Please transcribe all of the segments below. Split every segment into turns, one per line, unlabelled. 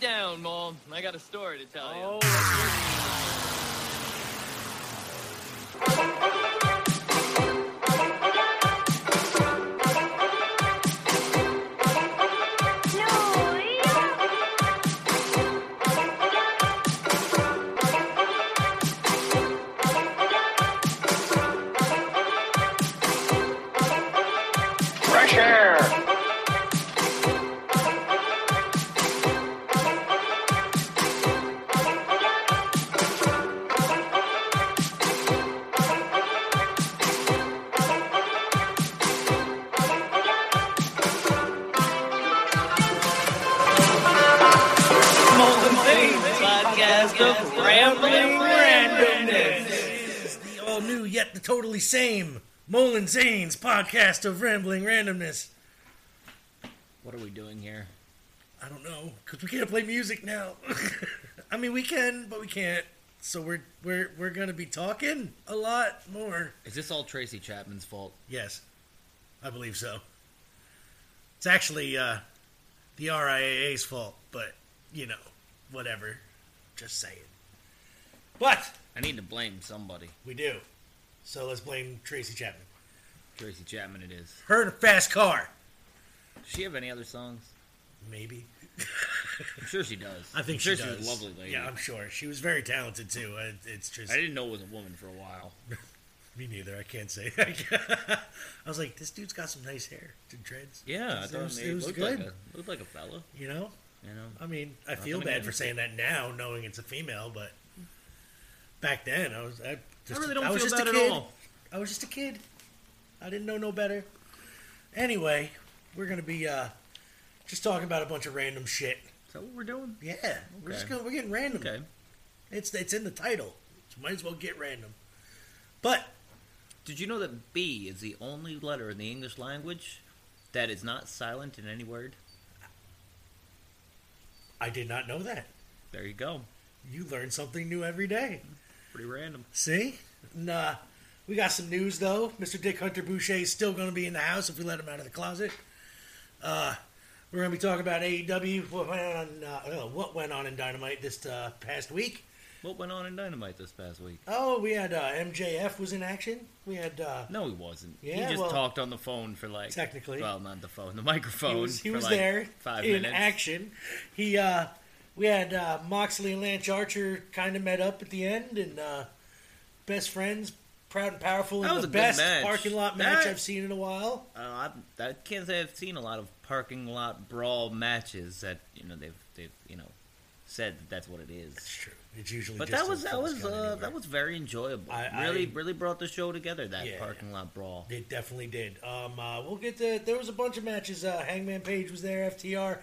down, Mole. I got a story to tell
Oh.
you.
Fresh air.
Podcast of Rambling Randomness.
the all new yet the totally same Molin Zane's podcast of rambling randomness.
What are we doing here?
I don't know because we can't play music now. I mean, we can, but we can't. So we're we're we're gonna be talking a lot more.
Is this all Tracy Chapman's fault?
Yes, I believe so. It's actually uh, the RIAA's fault, but you know, whatever. Just saying. But
I need to blame somebody.
we do. So let's blame Tracy Chapman.
Tracy Chapman it is.
Her in a fast car,
Does she have any other songs?
maybe.
I'm sure she does.
I think
I'm sure
she does.
she's a lovely lady.
Yeah, I'm sure she was very talented too. I, it's just
I didn't know it was a woman for a while.
me neither. I can't say. I was like, this dude's got some nice hair and dreads.
Yeah, I
It
thought
was-
maybe
it was
looked
good.
like a looked like a fella.
You know,
You know,
I mean, I feel
Nothing
bad for
against
saying that now, knowing it's a female, but back then I was. I, just,
I really don't
was
feel
just a
bad at
kid.
all.
I was just a kid. I didn't know no better. Anyway, we're gonna be uh, just talking about a bunch of random shit.
Is that what we're doing?
Yeah, we're just
Okay.
gonna, we're getting random.
Okay.
It's it's in the title. So might as well get random. But
Did you know that B is the only letter in the English language that is not silent in any word?
I did not know that.
There you go.
You learn something new every day.
Pretty random.
See? Nah. We got some news though. Mr. Dick Hunter Boucher is still going to be in the house if we let him out of the closet. Uh, we're going to be talking about AEW. What went on? Uh, uh, what went on in Dynamite this uh, past week?
What went on in Dynamite this past week?
Oh, we had uh, MJF was in action. We had uh,
No, he wasn't.
Yeah,
he just
well-
talked on the phone for like
Technically.
Well, not the phone, the microphone.
He was, he
for,
was
like,
there
Five
in
minutes.
action. He uh, we had uh, Moxley and Lance Archer kind of met up at the end and uh, best friends, proud and powerful.
That
in
was
the
a good
best
match.
parking lot match
That-
I've seen in a while.
Uh, I, I can't say I've seen a lot of parking lot brawl matches that you know they've they've you know said that that's what it is.
true. It's usually.
But
just
that
a
was that
false
was
count
uh,
anywhere.
that was very enjoyable.
I-
really
I-
really brought the show together that
Yeah.
parking lot brawl.
It definitely did. Um, uh, we'll get the. There was a bunch of matches. Uh, Hangman Page was there. FTR.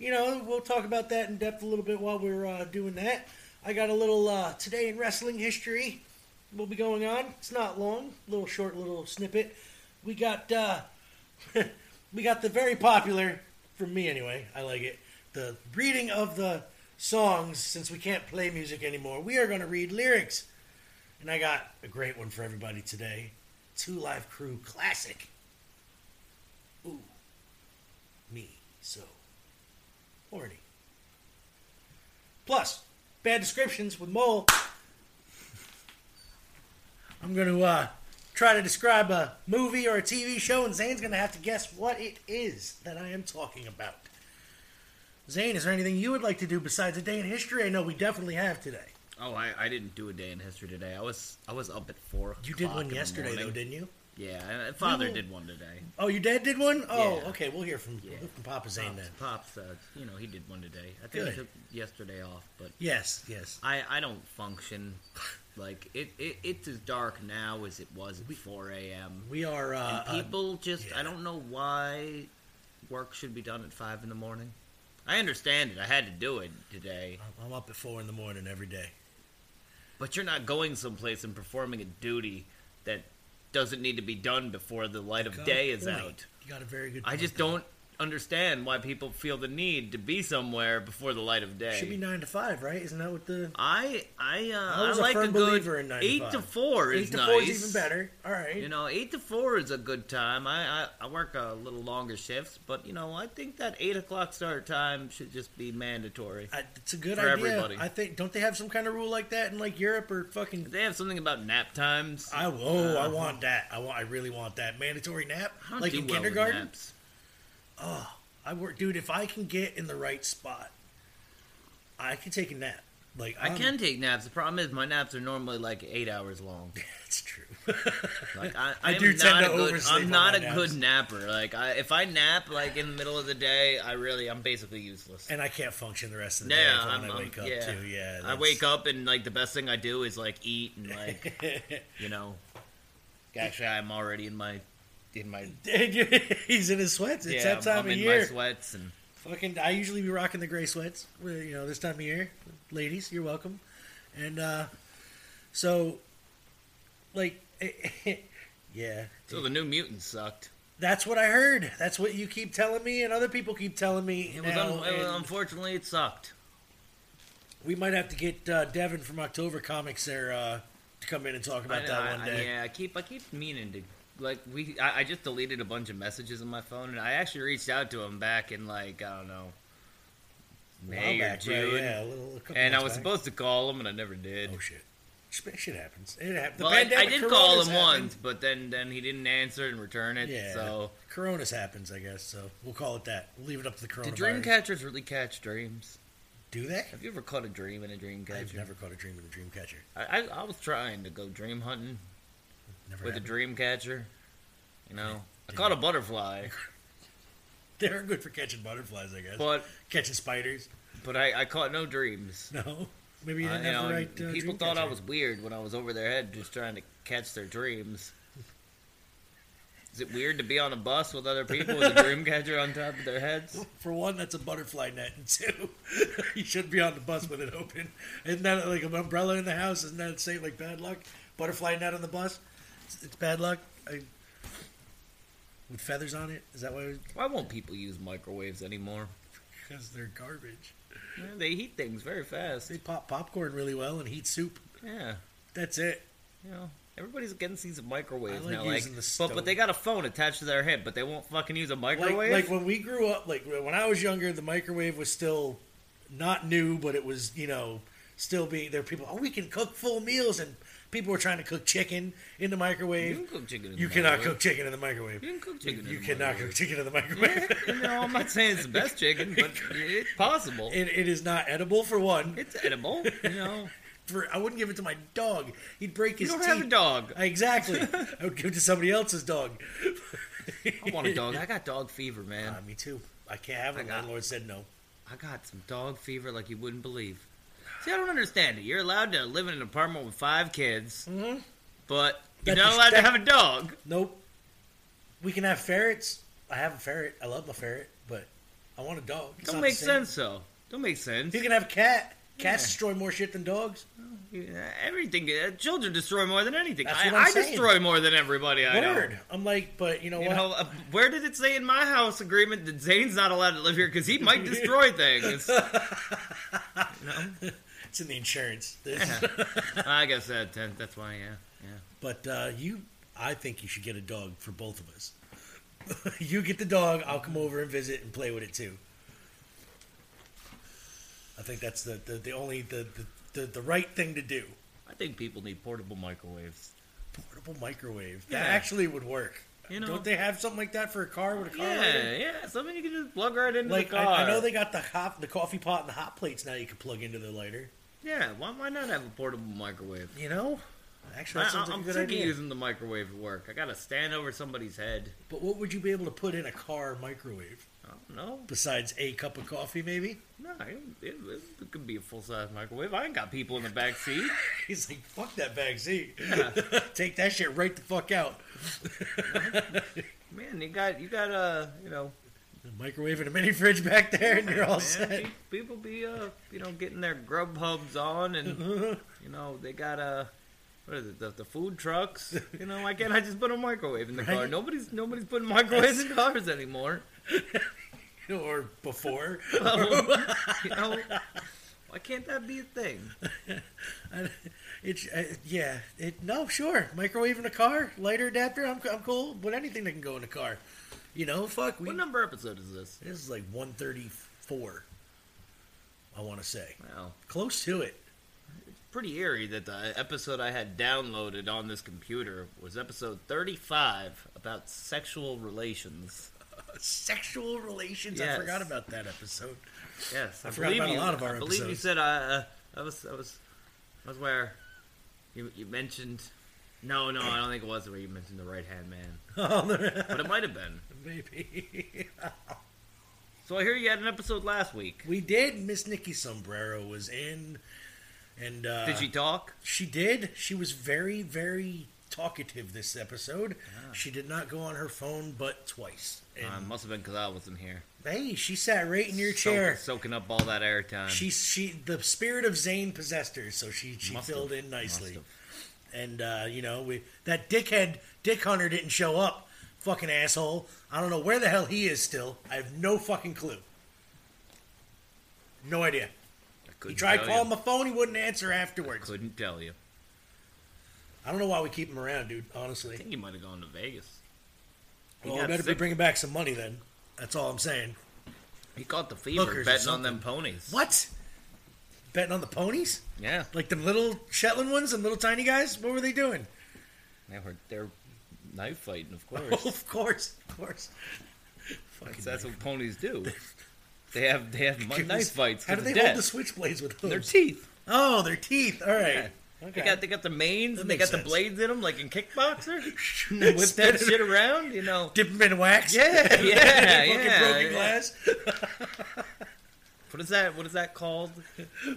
You know, we'll talk about that in depth a little bit while we're uh, doing that. I got a little uh, today in wrestling history. Will be going on. It's not long. Little short, little snippet. We got uh, we got the very popular from me anyway. I like it. The reading of the songs since we can't play music anymore. We are going to read lyrics, and I got a great one for everybody today. Two Live Crew classic. Ooh, me so horny. Plus, bad descriptions with mole. I'm gonna uh, try to describe a movie or a TV show, and Zane's gonna have to guess what it is that I am talking about. Zane, is there anything you would like to do besides a day in history? I know we definitely have today.
Oh, I, I didn't do a day in history today. I was I was up at four.
You did
o'clock
one
in the
yesterday, though,
morning.
didn't you?
Yeah, and uh, father
You-
did one today.
Oh, your dad did one. Oh,
Yeah.
okay. We'll hear from,
Yeah.
from Papa Zane
Pops,
then.
Pops, uh, you know, he did one today. I think
Good.
he took yesterday off, but
Yes, yes.
I, I don't function. Like it, it it's as dark now as it was at four a.m.
We are uh,
And people just
yeah.
I don't know why work should be done at five in the morning. I understand it. I had to do it today,
uh, I'm up at four in the morning every day.
but you're not going someplace and performing a duty that doesn't need to be done before the light of
Good
day is
point.
out.
You got a very good.
I
point
just
there.
don't understand why people feel the need to be somewhere before the light of day.
Should be nine to five, right? Isn't that what the
I I uh,
I
I,
was a
like
firm
a good
believer in nine to
eight to
five.
four is
eight to
nice.
four is even better? All right.
You know, eight to four is a good time. I, I, I work a little longer shifts, but you know, I think that eight o'clock start time should just be mandatory.
I, it's a good
for
idea.
everybody.
I think. Don't they have some kind of rule like that in like Europe or fucking?
They have something about nap times.
I oh, I want that. I want. I really want that mandatory nap,
I don't
like
do
in
well with
kindergarten.
naps.
I work, dude. If I can get in the right spot, I can take a nap. Like
I
I'm-
can take naps. The problem is my naps are normally like eight hours long.
That's true.
Like I,
I
I'm
do
not
tend to
a good,
oversleep
I'm
on
not
my
a
naps.
good napper. Like I, if I nap like in the middle of the day, I really I'm basically useless.
and I can't function the rest of the day
yeah,
if
I'm,
when i
I'm-
wake up
yeah.
too. Yeah,
I wake up and like the best thing I do is like eat and like you know. Actually, I'm already in my in my
He's in his sweats. It's
yeah,
that
I'm,
time
I'm
of
in my
year.
sweats and
Fucking, I usually be rocking the gray sweats. well, You know, this time of year, ladies, you're welcome. And uh, so, like, yeah,
so the New Mutants sucked.
that's what I heard. That's what you keep telling me, and other people keep telling me.
It was
now,
un- it was-
and
unfortunately it sucked.
we might have to get uh, Devin from October Comics there uh, to come in and talk about
I-
that
I-
one
I-
day.
yeah, I keep I keep meaning to like we. I, I just deleted a bunch of messages on my phone, and I actually reached out to him back in like I don't know
A while
May or
back, right?
June,
Yeah, a little, a couple
and I
months
was
back.
supposed to call him, and I never did.
Oh shit! Shit shit happens. It happened. The
well, I, I
pandemic,
did call him
Corona's happened.
once, but then then he didn't answer and return it.
Yeah.
So
Corona's happens, I guess. So we'll call it that. We'll leave it up to the
do
coronavirus.
dream catchers really catch dreams?
do they?
Have you ever caught a dream in a dream
I've
catcher?
never caught a dream in a dream catcher.
I, I, I was trying to go dream hunting
Never
with a
happened.
dream catcher. You know, I caught a butterfly,
They're good for catching butterflies, I guess.
but
catching spiders?
but I, I caught no dreams.
No. Maybe you
Uh,
didn't
you
have
know,
the
and
right. Uh,
people
dream
thought I
catcher.
was weird when I was over their head just trying to catch their dreams. Is it weird to be on a bus with other people with a dream catcher on top of their heads?
For one, that's a butterfly net, and two, you shouldn't be on the bus with it open. Isn't that like an umbrella in the house? Isn't that say like bad luck? Butterfly net on the bus? It's, it's bad luck. I, with feathers on it? Is that why?
Why won't people use microwaves anymore?
Because they're garbage.
Yeah, They heat things very fast.
They pop popcorn really well and heat soup.
Yeah,
That's it.
you know, everybody's against these microwaves
I like
now. Like,
using the
but
stove.
but they got a phone attached to their head, but they won't fucking use a
Like,
microwave.
like when we grew up, like when I was younger, the microwave was still not new, but it was, you know, still being there. were People, oh, we can cook full meals, and people were trying to cook chicken in the
you
microwave.
can cook chicken. In the
You cannot
microwave.
cook chicken in the microwave.
You can cook chicken.
You
in the
cannot cook
microwave.
chicken in the microwave.
You know, I'm not saying it's the best chicken, but it's possible.
it, it is not edible for one.
It's edible. You know,
For, I wouldn't give it to my dog. He'd break
you
his
don't
teeth.
have a dog.
I- exactly. I would give it to somebody else's dog.
I want a dog. I got dog fever, man.
Uh, me too. I can't have
I
it.
got-
Landlord said no.
I got some dog fever like you wouldn't believe. See, I don't understand it. You're allowed to live in an apartment with five kids, but you're
Mm-hmm. That's
not allowed to
respect-
have a dog.
Nope. We can have ferrets. I have a ferret. I love my ferret, but I want a dog. It's
Don't
not the
make
same.
sense, though. Don't make sense.
You can have a cat. Cats
Yeah.
destroy more shit than dogs.
Yeah, Everything. Uh, children destroy more than anything.
That's
I,
what I'm
I
saying.
destroy more than everybody I know.
Word. I'm like, but you know
You
what?
know, uh, where did it say in my house agreement that Zane's not allowed to live here because he might destroy things?
It's in the insurance.
I guess that, that that's why. Yeah, yeah.
But uh, you, I think you should get a dog for both of us. you get the dog. I'll come over and visit and play with it too. I think that's the the, the only the, the, the the right thing to do.
I think people need portable microwaves.
Portable microwave
Yeah.
that actually would work.
You know-
Don't they have something like that for a car with a car?
Yeah,
lighter?
yeah. Something you can just plug right into
Like
the car.
I, I know they got the hot the coffee pot and the hot plates now. You can plug into the lighter.
Yeah, why, why not have a portable microwave?
You know, actually,
I,
that sounds like
am
a good
sick of
idea.
using the microwave at work. I gotta stand over somebody's head.
But what would you be able to put in a car microwave
I don't know.
besides a cup of coffee, maybe?
No, it, it, it could be a full size microwave. I ain't got people in the back seat.
He's like, fuck that back seat. Take that shit right the fuck out.
Man, you got you got uh you know
The microwave and a mini fridge back there, and you're all
man,
set.
pe- people be uh you know getting their grub hubs on and you know they got uh what is it the, the food trucks you know why can't I just put a microwave in the car
Right.
nobody's nobody's putting microwaves in cars anymore
or before.
You know, why can't that be a thing?
It's uh, yeah. It no sure. Microwave in a car, lighter adapter. I'm I'm cool with anything that can go in a car. You know, fuck. We
What number episode is this?
this is like 134. I want to say
Wow.
close to it.
Pretty eerie that the episode I had downloaded on this computer was episode 35 about sexual relations.
Sexual relations. I
Yes.
forgot about that episode.
Yes, I,
forgot
believe
about a
you.
lot of our
I believe you
episodes.
said I. Uh, that was that was that was where you you mentioned. No, no, I don't think it was where you mentioned the right hand man, but it might have been.
Maybe
So I hear you had an episode last week.
we did. Miss Nikki Sombrero was in, and uh,
Did she talk?
She did. She was very, very talkative this episode.
Ah.
She did not go on her phone but twice. And
Uh, must have been because I wasn't here.
hey, she sat right in your
Soak-
chair.
soaking up all that airtime.
She she the spirit of Zane possessed her, so she she
Must
filled
have.
in nicely.
Must
And uh, you know, we that dickhead Dick Hunter didn't show up. Fucking asshole. I don't know where the hell he is still. I have no fucking clue. No idea.
I
He
couldn't
tried
tell
calling
you.
my phone, he wouldn't answer afterwards.
Couldn't tell you.
I don't know why we keep him around, dude, honestly.
I think he might have gone to Vegas. He
Well, we
got
better be
sick.
bringing back some money then. That's all I'm saying.
He caught the fever
Hookers or
betting on them ponies.
What? Betting on the ponies?
Yeah,
Like them little Shetland ones, them little tiny guys? What were they doing?
they were they're knife fighting, of
Oh,
course.
of course, of course. Fucking
that's what ponies do. They have they have mu-
goodness.
knife fights.
How
to
do
the
they
death.
hold the switchblades with
Their
those?
teeth.
oh, their teeth. All right.
They got they got the manes
That
and they got
makes
the
sense.
blades in them like in kickboxer. And they whip that
Spin it-
shit around, you know.
Dip them in wax.
Yeah, yeah,
Fucking
yeah.
broken glass.
What is that? What is that called?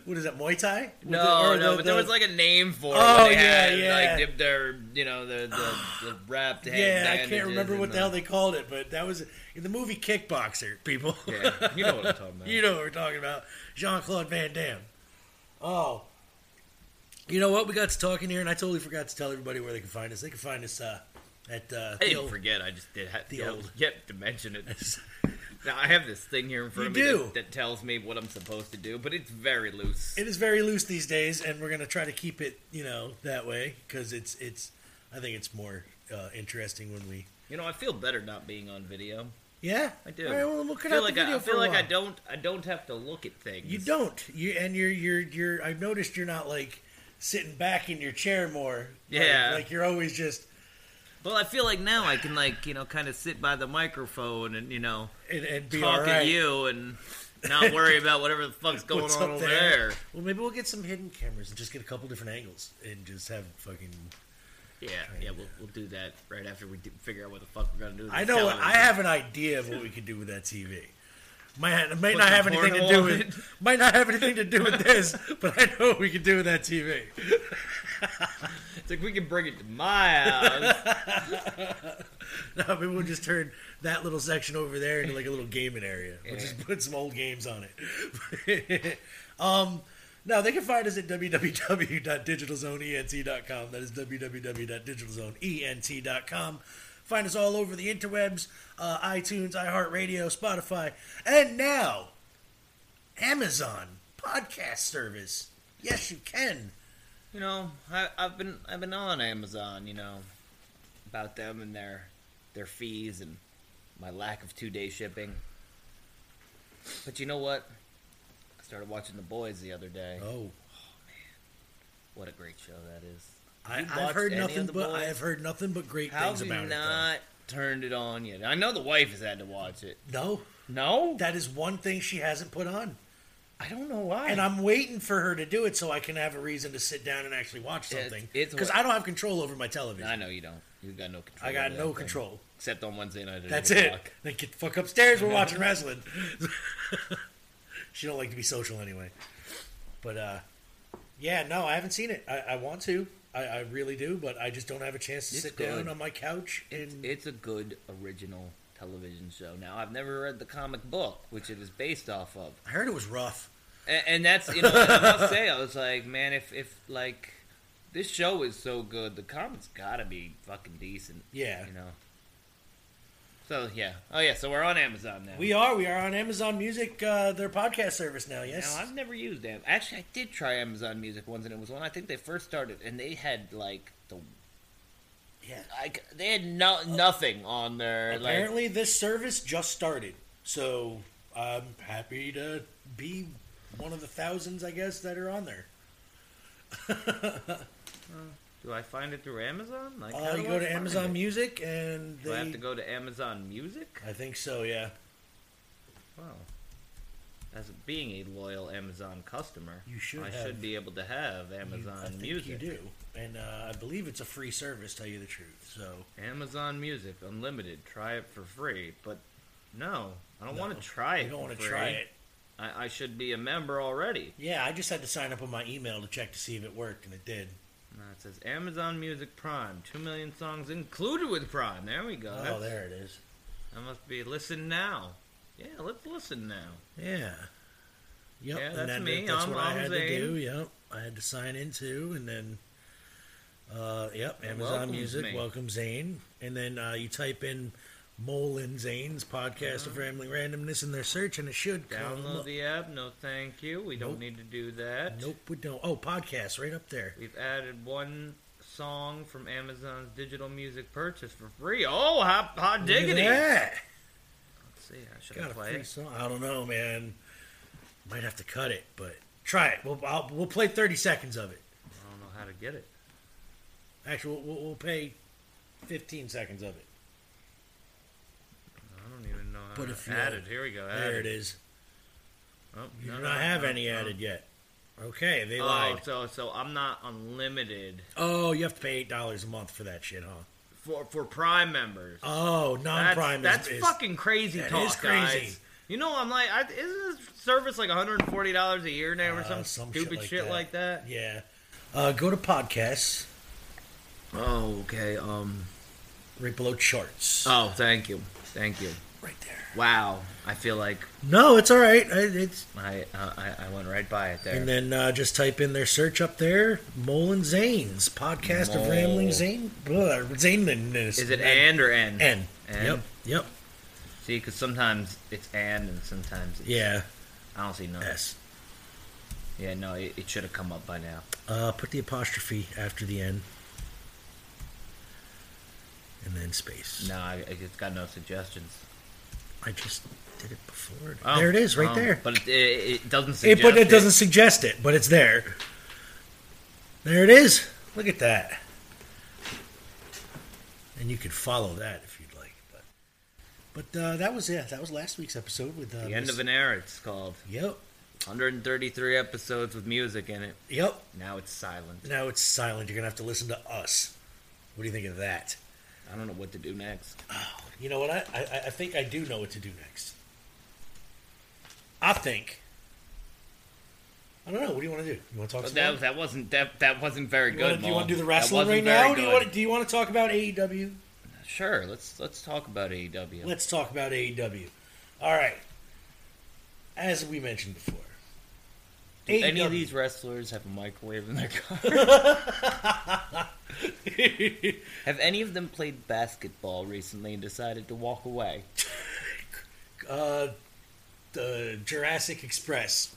What is that? Muay Thai? With
No,
or
no,
the-
but there
the-
was like a name for it.
Oh,
when they
yeah,
had,
yeah.
Like dip their, you know, the the, the wrapped head.
Yeah, I can't
bandages
remember
and
what the hell they called it, but that was in the movie Kickboxer. People.
Yeah, you know what I'm talking about.
You know what we're talking about. Jean Claude Van Damme. Oh. You know what? We got to talking here, and I totally forgot to tell everybody where they can find us. They can find us uh, at uh,
I
the
didn't
old-
forget. I just did. Have,
the
the
old-
old. Yep, to mention it. Now I have this thing here in front
You
of me
do.
that, that tells me what I'm supposed to do, but it's very loose.
It is very loose these days, and we're going to try to keep it, you know, that way because it's it's. I think it's more uh, interesting when we.
you know, I feel better not being on video.
Yeah,
I do.
All right, well, we'll cut
I feel
out
like
the
I,
video
I feel
for a
like I
while.
don't. I don't have to look at things.
You don't. You and you're you're you're. I've noticed you're not like sitting back in your chair more. Like-
Yeah.
like you're always just
Well, I feel like now I can like you know kind of sit by the microphone and you know
and, and be all
talk
right.
to you and not worry about whatever the fuck's going
What's
on
up
over
there?
there.
Well, maybe we'll get some hidden cameras and just get a couple different angles and just have fucking.
Yeah, yeah, we'll, we'll do that right after we do, figure out what the fuck we're gonna do. with
I
this
know.
television.
I have an idea of what we could do with that TV. Might, might
Put
not
some
have anything to
porno
do
on
with
it.
might not have anything to do with this, but I know what we could do with that TV.
It's like we can bring it to my house.
No, maybe we'll just turn that little section over there into like a little gaming area. We'll just put some old games on it. um, now they can find us at www.digitalzoneent.com. That is www.digitalzoneent.com. Find us all over the interwebs, uh, iTunes, iHeartRadio, Spotify, and now Amazon podcast service. Yes, you can.
you know, I, I've been I've been on Amazon, you know, about them and their their fees and my lack of two day shipping. But you know what? I started watching The Boys the other day.
Oh,
What a great show that is!
I,
You
I've
watched
heard
any of
nothing
The
but I
Boys?
have heard nothing but great
How
things
have you
about
not turned it on yet? I know the wife has had to watch it.
it. though. No,
No,
That is one thing she hasn't put on.
I don't know why.
And I'm waiting for her to do it so I can have a reason to sit down and actually watch
It's-
something.
it's
Because
what-
I don't have control over my
I
television.
know you don't. You got no control.
I got
over
no
that thing.
control.
Except on Wednesday night. at
That's
8
it.
o'clock.
Then get the fuck upstairs. We're watching wrestling. she don't like to be social anyway. But uh, yeah, no, I haven't seen it. I, I want to. I, I really do, but I just don't have a chance to
It's
sit
good.
down on my couch
It's,
and
it's a good original television show. Now, I've never read the comic book, which it is based off of,
I heard it was rough.
and, and that's you know. and I'll say I was like, man, if if like this show is so good, the comic's got to be fucking decent.
Yeah.
you know. So yeah. Oh yeah. So we're on Amazon now.
We are. We are on Amazon Music, uh, their podcast service now. Yes.
Now I've never used Am. Actually, I did try Amazon Music once, and it was when I think they first started, and they had like the
yeah.
like they had no nothing on there. Like,
Apparently, this service just started, so I'm happy to be one of the thousands, I guess, that are on there.
do I find it through Amazon? Like, how
Uh, you
do
go
I
to
find
Amazon
it?
Music, and
Do
they.
I have to go to Amazon Music?
I think so. Yeah.
Wow. As being a loyal Amazon customer,
You should
I
have-
should be able to have
You-
Amazon
I think
Music.
You do, and uh, I believe it's a free service. Tell you the truth. So
Amazon Music Unlimited. Try it for free. But no, I don't want
No,
to try it.
you don't
want to
try it.
I, I should be a member already.
Yeah, I just had to sign up on my email to check to see if it worked, and it did.
No, it says Amazon Music Prime. Two million songs included with Prime. There we go.
Oh,
That's-
there it is.
That must be listen now. Yeah, let's listen now.
Yeah. Yep.
Yeah,
and
that's
that-
me.
That's
I'm-
what
I'm
had
Zane.
to do. Yep. I had to sign into, and then, uh, yep,
It
Amazon
welcomes
Music,
me.
welcome Zane, and then uh, you type in Mole and Zane's podcast of rambling randomness in their search, and it should come.
Mm-hmm. Download
up.
the app. No, thank you. We don't
Nope.
need to do that.
Nope, we don't. Oh, podcast right up there.
We've added one song from Amazon's digital music purchase for free. Oh, hot, hot diggity!
Look
Let's
at that.
see, I should
Got
have
a
played
free
it.
song. I don't know, man. Might have to cut it, but try it. We'll I'll, we'll play thirty seconds of it.
I don't know how to get it.
Actually, we'll, we'll, we'll pay fifteen seconds of it.
I don't even know how
But
to
if you-
add it. Here we go.
There
added.
it is.
Oh,
You
no,
do
no,
not have
no,
any
no.
added yet. Okay, they
Oh,
lied.
so so I'm not unlimited
Oh, you have to pay eight dollars a month for that shit, huh?
for for Prime members.
Oh,
That's,
non-prime.
that's
is, is-
fucking crazy
that
talk,
is crazy.
guys. You know, I'm like, I, isn't this service like 140 dollars a year now or some,
Uh, some shit
stupid
like
shit
that.
like that?
Yeah. Uh, go to podcasts
Oh, okay. Um.
right below charts.
Oh, thank you, thank you.
right there.
Wow, I feel like
No, it's all right. I, it's
I uh, I, I went right by it there.
and then uh, just type in their search up there. Mole and Zane's podcast of
Mole.
rambling Zane. Blah, Zane
Is it and or N?
N.
And?
Yep. Yep.
See, because sometimes it's and and sometimes it's,
Yeah.
I don't see no.
S.
Yeah, no, it, it should have come up by now.
Uh, put the apostrophe after the N. And then space.
No, I, I just got no suggestions.
I just did it before.
Oh,
there it is, right
oh,
there.
But it, it, it doesn't
It,
suggest.
but it doesn't suggest it, but it's there. There it is. Look at that. And you can follow that if you'd like. But, but uh, that was yeah, that was last week's episode with uh,
The end
Miss-
of an era. It's called
Yep,
133 episodes with music in it.
yep.
Now it's silent.
Now it's silent. You're gonna have to listen to us. What do you think of that?
I don't know what to do next.
You know what? I, I, I think I do know what to do next. I think. I don't know. What do you want to do? You want to talk?
But
some more?
that that wasn't that that wasn't very
You
good.
wanna- do you
Mole.
want to do the
That
wrestling
wasn't
right
very
now? Do you
good.
want? To, do you want to talk about E AEW?
Sure. Let's let's talk about E AEW.
Let's talk about AEW. All right. As we mentioned before, E
Do any
AEW
of these wrestlers have a microwave in their car? have any of them played basketball recently and decided to walk away?
uh, the Jurassic Express.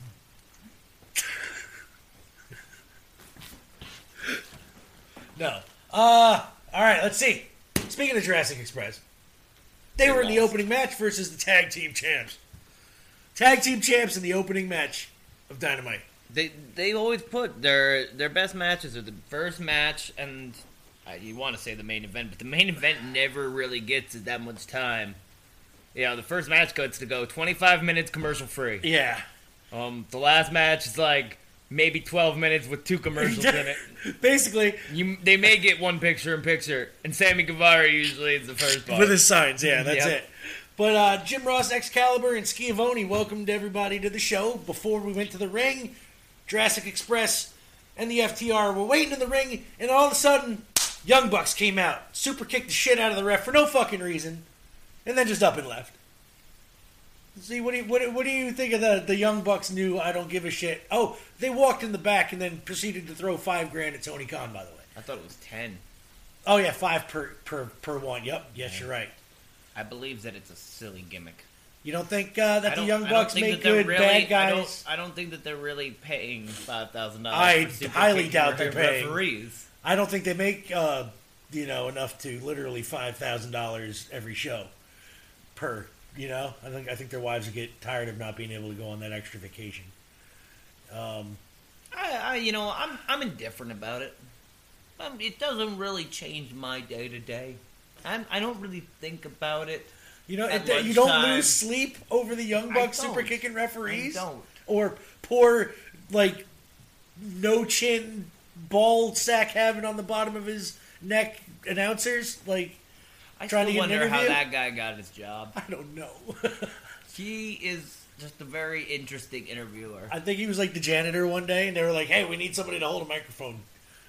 no. Uh, all right, let's see. Speaking of Jurassic Express, they,
They
were in the
lost.
opening match versus the tag team champs. Tag team champs in the opening match of Dynamite.
They they always put their their best matches are the first match and uh, you want to say the main event, but the main event never really gets that much time. You know, the first match gets to go 25 minutes commercial free.
Yeah.
Um, the last match is like maybe 12 minutes with two commercials in it.
Basically,
You, they may get one picture in picture, and Sammy Guevara usually is the first part.
with his signs. Yeah, that's
Yep.
it. But uh, Jim Ross, Excalibur, and Schiavone welcomed everybody to the show before we went to the ring. Jurassic Express and the FTR were waiting in the ring, and all of a sudden, Young Bucks came out, super kicked the shit out of the ref for no fucking reason, and then just up and left. See, what do you, what, do- what do you think of the, the Young Bucks new I don't give a shit? Oh, they walked in the back and then proceeded to throw five grand at Tony Khan, by the way.
I thought it was ten.
Oh yeah, five per per per one. Yep. Yes, you're right.
I believe that it's a silly gimmick.
You don't think uh,
I
that the
don't- I
Young
don't
Bucks
think
make
that they're
good
really-
bad guys?
I don't, I don't think that they're really paying five thousand dollars.
I highly doubt they're paying.
referees.
I don't think they make uh, you know enough to literally five thousand dollars every show per. You know, I think I think their wives would get tired of not being able to go on that extra vacation.
I, I, you know, I'm I'm indifferent about it. Um, it doesn't really change my day to day. I'm I don't really think about it.
You know,
At
it, you don't
lunchtime.
lose sleep over the Young
I
Bucks
don't.
super kicking referees,
I don't.
or poor like no chin ball sack having on the bottom of his neck announcers. Like
I
Trying to
still
get an
wonder how
interview?
that guy got his job.
I don't know.
He is just a very interesting interviewer.
I think he was like the janitor one day, and they were like, "Hey, we need somebody to hold a microphone.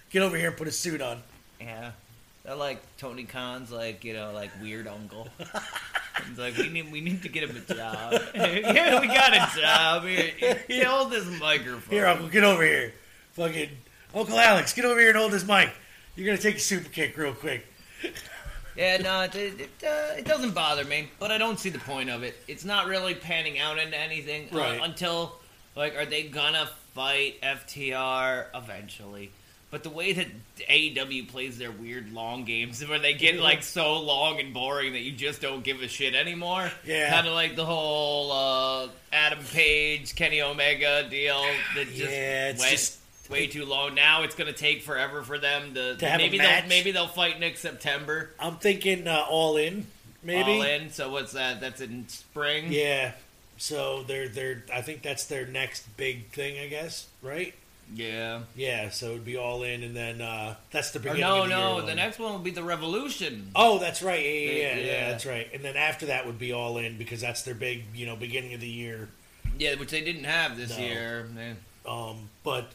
Get over here and put a suit on."
Yeah. They're like Tony Khan's like, you know, like weird uncle. He's like, we need we need to get him a job. yeah, we got a job. Here, he held this microphone.
Here, Uncle, get over here. Fucking Uncle Alex, get over here and hold this mic. You're gonna take a super kick real quick.
Yeah, no, it, it, it, uh, it doesn't bother me, but I don't see the point of it. It's not really panning out into anything uh,
Right.
until, like, are they gonna fight FTR eventually? But the way that AEW plays their weird long games, where they get like so long and boring that you just don't give a shit anymore,
Yeah.
kind of like the whole uh, Adam Page, Kenny Omega deal that just
Yeah, it's
went
just-
way too long. Now it's gonna take forever for them to,
To have a
maybe
match.
they'll maybe they'll fight next September
I'm thinking uh, all in, maybe.
all in. So what's that? That's in spring.
Yeah. So they're they're. I think that's their next big thing, I guess. Right?
Yeah.
Yeah. So it'd be all in, and then uh, that's the
Or
beginning.
no,
of the
no.
year
The
one.
next one will be the revolution.
Oh, that's right. Yeah, yeah, yeah,
Yeah.
yeah, that's right. And then after that would be all in because that's their big, you know, beginning of the year
Yeah, which they didn't have this
No.
year. Yeah.
Um, but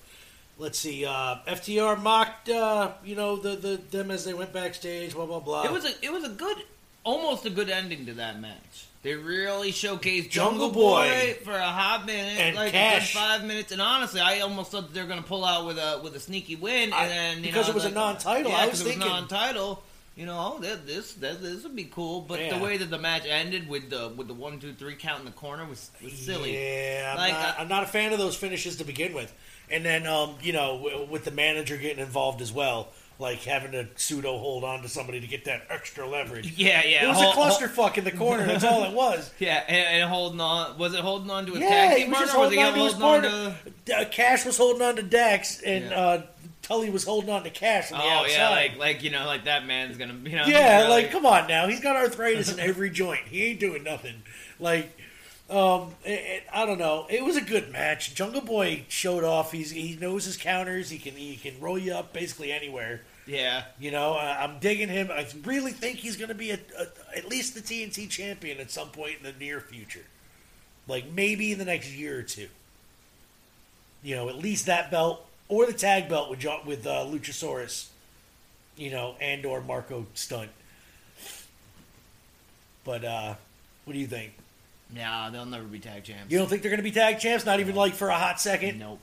let's see. Uh, FTR mocked, uh, you know, the, the them as they went backstage. Blah blah blah.
It was a it was a good, almost a good ending to that match. They really showcased
Jungle
Jungle,
Boy.
Boy, for a hot minute,
And
like
Cash.
a good five minutes. And honestly, I almost thought that they were going to pull out with a with a sneaky win, and
I-
then you
because
know,
it was a
like,
non-title,
Yeah,
I
'cause
was
it
thinking-
non-title. You know, oh, that, this that, this would be cool, but
Yeah.
the way that the match ended with the with the one two three count in the corner was, was silly.
Yeah, I'm,
Like,
not,
uh,
I'm not a fan of those finishes to begin with. And then, um, you know, w- with the manager getting involved as well, like having to pseudo hold on to somebody to get that extra leverage.
Yeah, yeah.
It was
hol-
a clusterfuck in the corner. That's all it was.
hol- yeah, and, and holding on. Was it holding on to a
Yeah,
tag
he
team
was
partner?
just
or Was
holding
he
on to his
holding on to?
partner. Uh, Cash was holding on to Dax, and
Yeah.
uh, Tully was holding on to Cash on the
Oh
outside.
yeah, like like you know, like that man's gonna you know.
Yeah,
he's
like, come on now. He's got arthritis in every joint. He ain't doing nothing. Like, um, it, it- I don't know. It was a good match. Jungle Boy showed off. He's he knows his counters. He can he can roll you up basically anywhere.
yeah,
You know, I, I'm digging him. I really think he's going to be a, a, at least the TNT champion at some point in the near future. Like maybe in the next year or two. You know, at least that belt or the tag belt with Jo- with uh, Luchasaurus. You know, and or Marco Stunt. But uh what do you think?
no, they'll never be tag champs.
You don't think they're going to be tag champs? Not even like for a hot second.
Nope.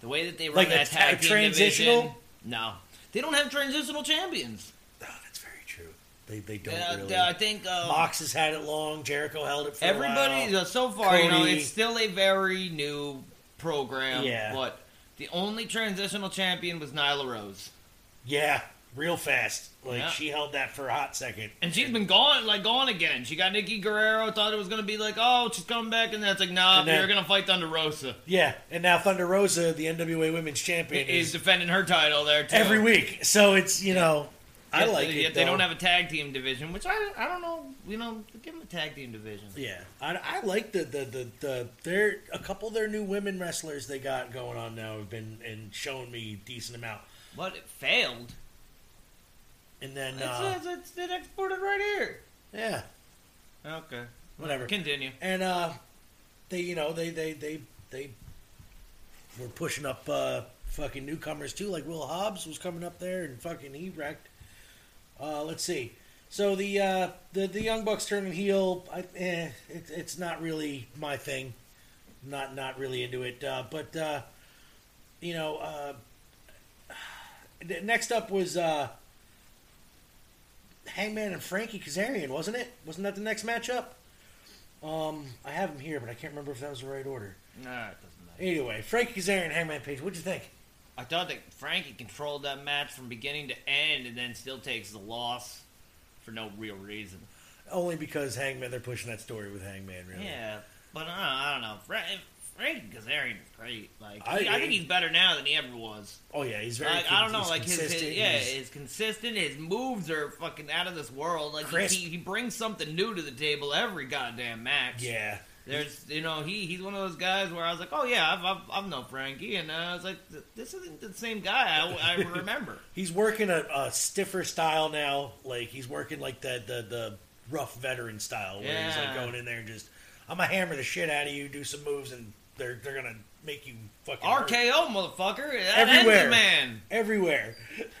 The way that they run
Like a
that
ta-
tag team
transitional?
division, no, they don't have transitional champions.
Ah, that's very true. They they don't
Uh,
really.
th- I think uh,
Mox has had it long. Jericho held it for a
everybody
while.
uh, so far, you know,
Cody.
it's still a very new program.
Yeah.
but the only transitional champion was Nyla Rose.
Yeah, real fast. Like
Yeah.
she held that for a hot second.
And she's been gone, like gone again. She got Nikki Guerrero. Thought it was gonna be like, oh, she's coming back, and that's like, nah,
And then-
you're gonna fight Thunder Rosa.
Yeah, and now Thunder Rosa, the NWA Women's Champion,
Is
is
defending her title there too.
every week. So it's you know, I
Yet-
like it.
Yet they
though.
don't have a tag team division, which I I don't know. You know, give them a tag team division.
Yeah, I, I like the the the, the their a couple of their new women wrestlers they got going on now have been and showing me decent amount.
But it failed.
And then uh,
It's, it's, it's it exported right here.
yeah,
Okay.
whatever.
Continue.
and uh, they you know they they they they were pushing up uh, fucking newcomers too. Like Will Hobbs was coming up there and fucking he wrecked. Uh, let's see. So the uh, the the Young Bucks turning heel, I, eh, it, it's not really my thing. Not not really into it. Uh, but uh, you know, uh, next up was uh, Hangman and Frankie Kazarian, wasn't it? Wasn't that the next matchup? Um, I have him here, but I can't remember if that was the right order.
Nah, it doesn't matter.
Anyway, Frankie Kazarian, Hangman Page. What'd you think?
I thought that Frankie controlled that match from beginning to end, and then still takes the loss for no real reason.
Only because Hangman, they're pushing that story with Hangman, really.
Yeah, but I don't, I don't know. Fra- Frankie Kazarian is great. Like
I-
I, I think he's better now than he ever was.
Oh yeah, he's very.
Like I don't
con-
know,
he's
like his, his
consistent,
yeah,
he's-
he's consistent. His moves are fucking out of this world. Like he,
Crisp.
he, he brings something new to the table every goddamn match.
yeah.
There's, you know, he he's one of those guys where I was like, oh yeah, I've I've, I've known Frankie, and uh, I was like, th- this isn't the same guy I, I remember.
He's working a, a stiffer style now. Like he's working like the the, the rough veteran style, where he's like
Yeah.
going in there and just, I'm gonna hammer the shit out of you, do some moves, and they're they're gonna make you fucking hurt
RKO, motherfucker, that
everywhere,
ends a man.
everywhere.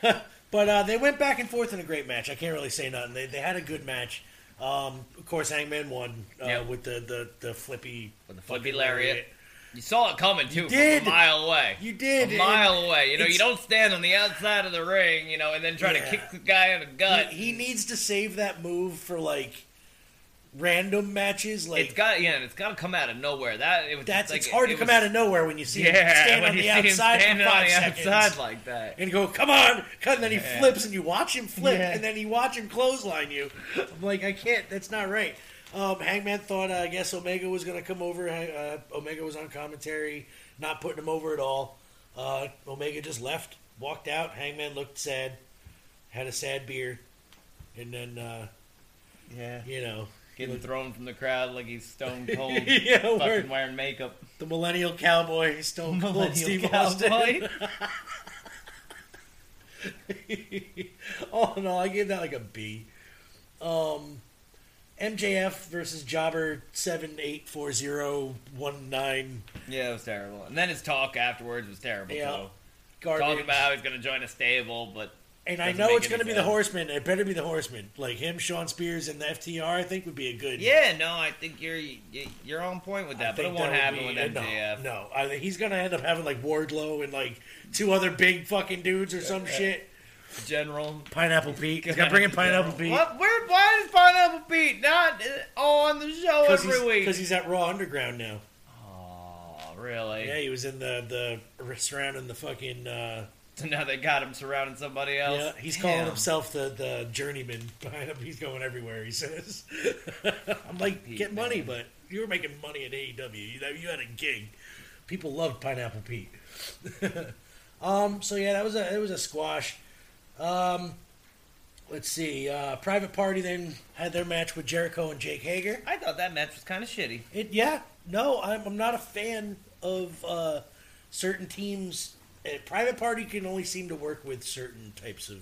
but uh, they went back and forth in a great match. I can't really say nothing. They they had a good match. Um, of course, Hangman won uh,
Yep.
with the the the flippy
With the flippy
fucking
lariat. You saw it coming too, from
did.
a mile away.
You did.
a mile away. You know,
it's-
you don't stand on the outside of the ring, you know, and then try
Yeah.
to kick the guy in the gut.
he, he needs to save that move for like random matches. Like
it's got yeah, and it's got to come out of nowhere. That it was
that's
like,
it's hard
it
to come
was-
out of nowhere when you see him
Yeah,
stand
when
on
you
the
see him
outside for
standing on
five
the
seconds
outside like that.
and go, come on, cut, and then he
Yeah.
flips and you watch him flip
Yeah.
and then you watch him clothesline you. I'm like, I can't. That's not right. Um, Hangman thought, uh, I guess Omega was going to come over. Hang- Uh, Omega was on commentary, not putting him over at all. Uh, Omega just left, walked out. Hangman looked sad, had a sad beer, and then uh,
Yeah,
you know.
getting thrown from the crowd like he's stone cold.
Yeah,
fucking
word.
wearing makeup.
The Millennial Cowboy, Stone Cold
Millennial
Steve Austin.
cowboy.
All in all, Oh, I gave that like a B. Um, MJF versus Jobber seven eight four zero one nine.
yeah, it was terrible. And then his talk afterwards was terrible.
Yeah,
too.
Garbage.
talking about how he's going to join a stable, but
and I
doesn't
know
make
it's going to
any
be the
sense.
Horseman. It better be the Horseman. Like him, Sean Spears, and the FTR. I think would be a good.
yeah, no, I think you're you're on point with
I
that, but it
think
won't
that would
happen
be-
with
no,
MJF.
No, I think he's going to end up having like Wardlow and like two other big fucking dudes or
Uh,
some shit.
General.
Pineapple Pete. He's going to bring in Pineapple Pete.
What? Where? Why is Pineapple Pete not uh, on the show every week?
Because he's at Raw Underground now.
Oh, really?
Yeah, he was in the the surrounding the fucking. Uh,
So now they got him surrounding somebody else.
yeah, he's
Damn.
calling himself the the journeyman behind him. He's going everywhere. He says, "I'm like
Pete,
get money,
man.
but you were making money at AEW. You, know, you had a gig. People loved Pineapple Pete." um. So yeah, that was a it was a squash. Um. Let's see. Uh, Private Party then had their match with Jericho and Jake Hager.
I thought that match was kind of shitty.
It yeah no I'm, I'm not a fan of uh, certain teams. A private party can only seem to work with certain types of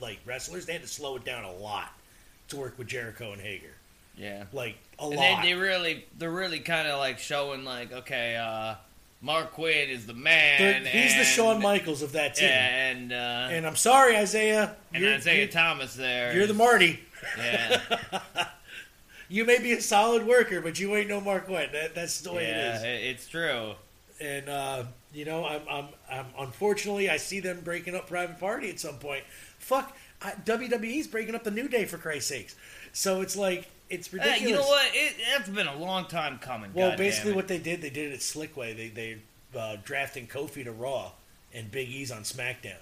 like wrestlers. They had to slow it down a lot to work with Jericho and Hager.
Yeah.
Like a
And they,
lot.
they really, they're really kind of like showing like, okay, uh, Mark Quinn is the man.
They're- he's the
and-
Shawn Michaels of that team.
Yeah, and uh, and,
And I'm sorry, Isaiah. you're,
Isaiah
you're-
Thomas there.
you're the Marty.
Yeah,
You may be a solid worker, but you ain't no Mark Went. That, that's the way it
yeah,
is.
it- it's true.
and uh, you know, I'm, I'm, I'm unfortunately, I see them breaking up Private Party at some point. Fuck, I, WWE's breaking up the New Day for Christ's sakes. So it's like it's
Uh,
ridiculous.
you know what? It, that's been a long time coming.
Well,
goddamn
basically,
it.
what they did, they did it at slick way. They they uh, drafting Kofi to Raw and Big E's on SmackDown.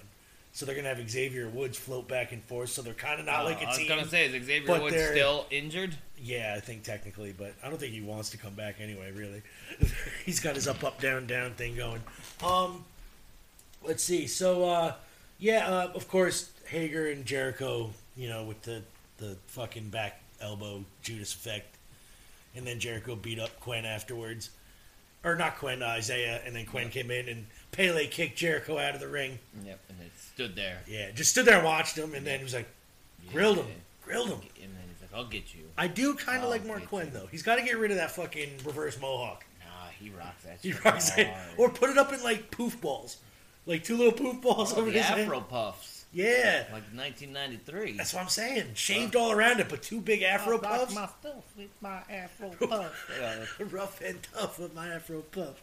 So they're gonna have Xavier Woods float back and forth. So they're kind of not
Uh,
like a
I was
team.
gonna say, is Xavier
but
Woods
they're-
still injured?
Yeah, I think technically, but I don't think he wants to come back anyway. Really, he's got his up, up, down, down thing going. Um, let's see. So, uh, yeah, uh, of course, Hager and Jericho, you know, with the the fucking back elbow Judas effect, and then Jericho beat up Quinn afterwards, or not Quinn, uh, Isaiah, and then Quinn came in and Pele kicked Jericho out of the ring.
Yep, and it stood there,
Yeah, just stood there and watched him, and then he was like, grilled him,
Yeah.
grilled him.
and then he's like, "I'll get you."
I do kind of
Oh,
like Mark
me
Quinn
too.
though. He's got to get rid of that fucking reverse mohawk.
Nah, he rocks that.
You know
shit
what I'm saying?
hard.
Or put it up in like poof balls, like two little poof balls
Oh,
over
the
his head.
Afro puffs,
Yeah,
like 1993.
that's what I'm saying. Shaved all around it, but two big Afro puffs.
stuff with my Afro puff.
Rough and tough with my Afro puff.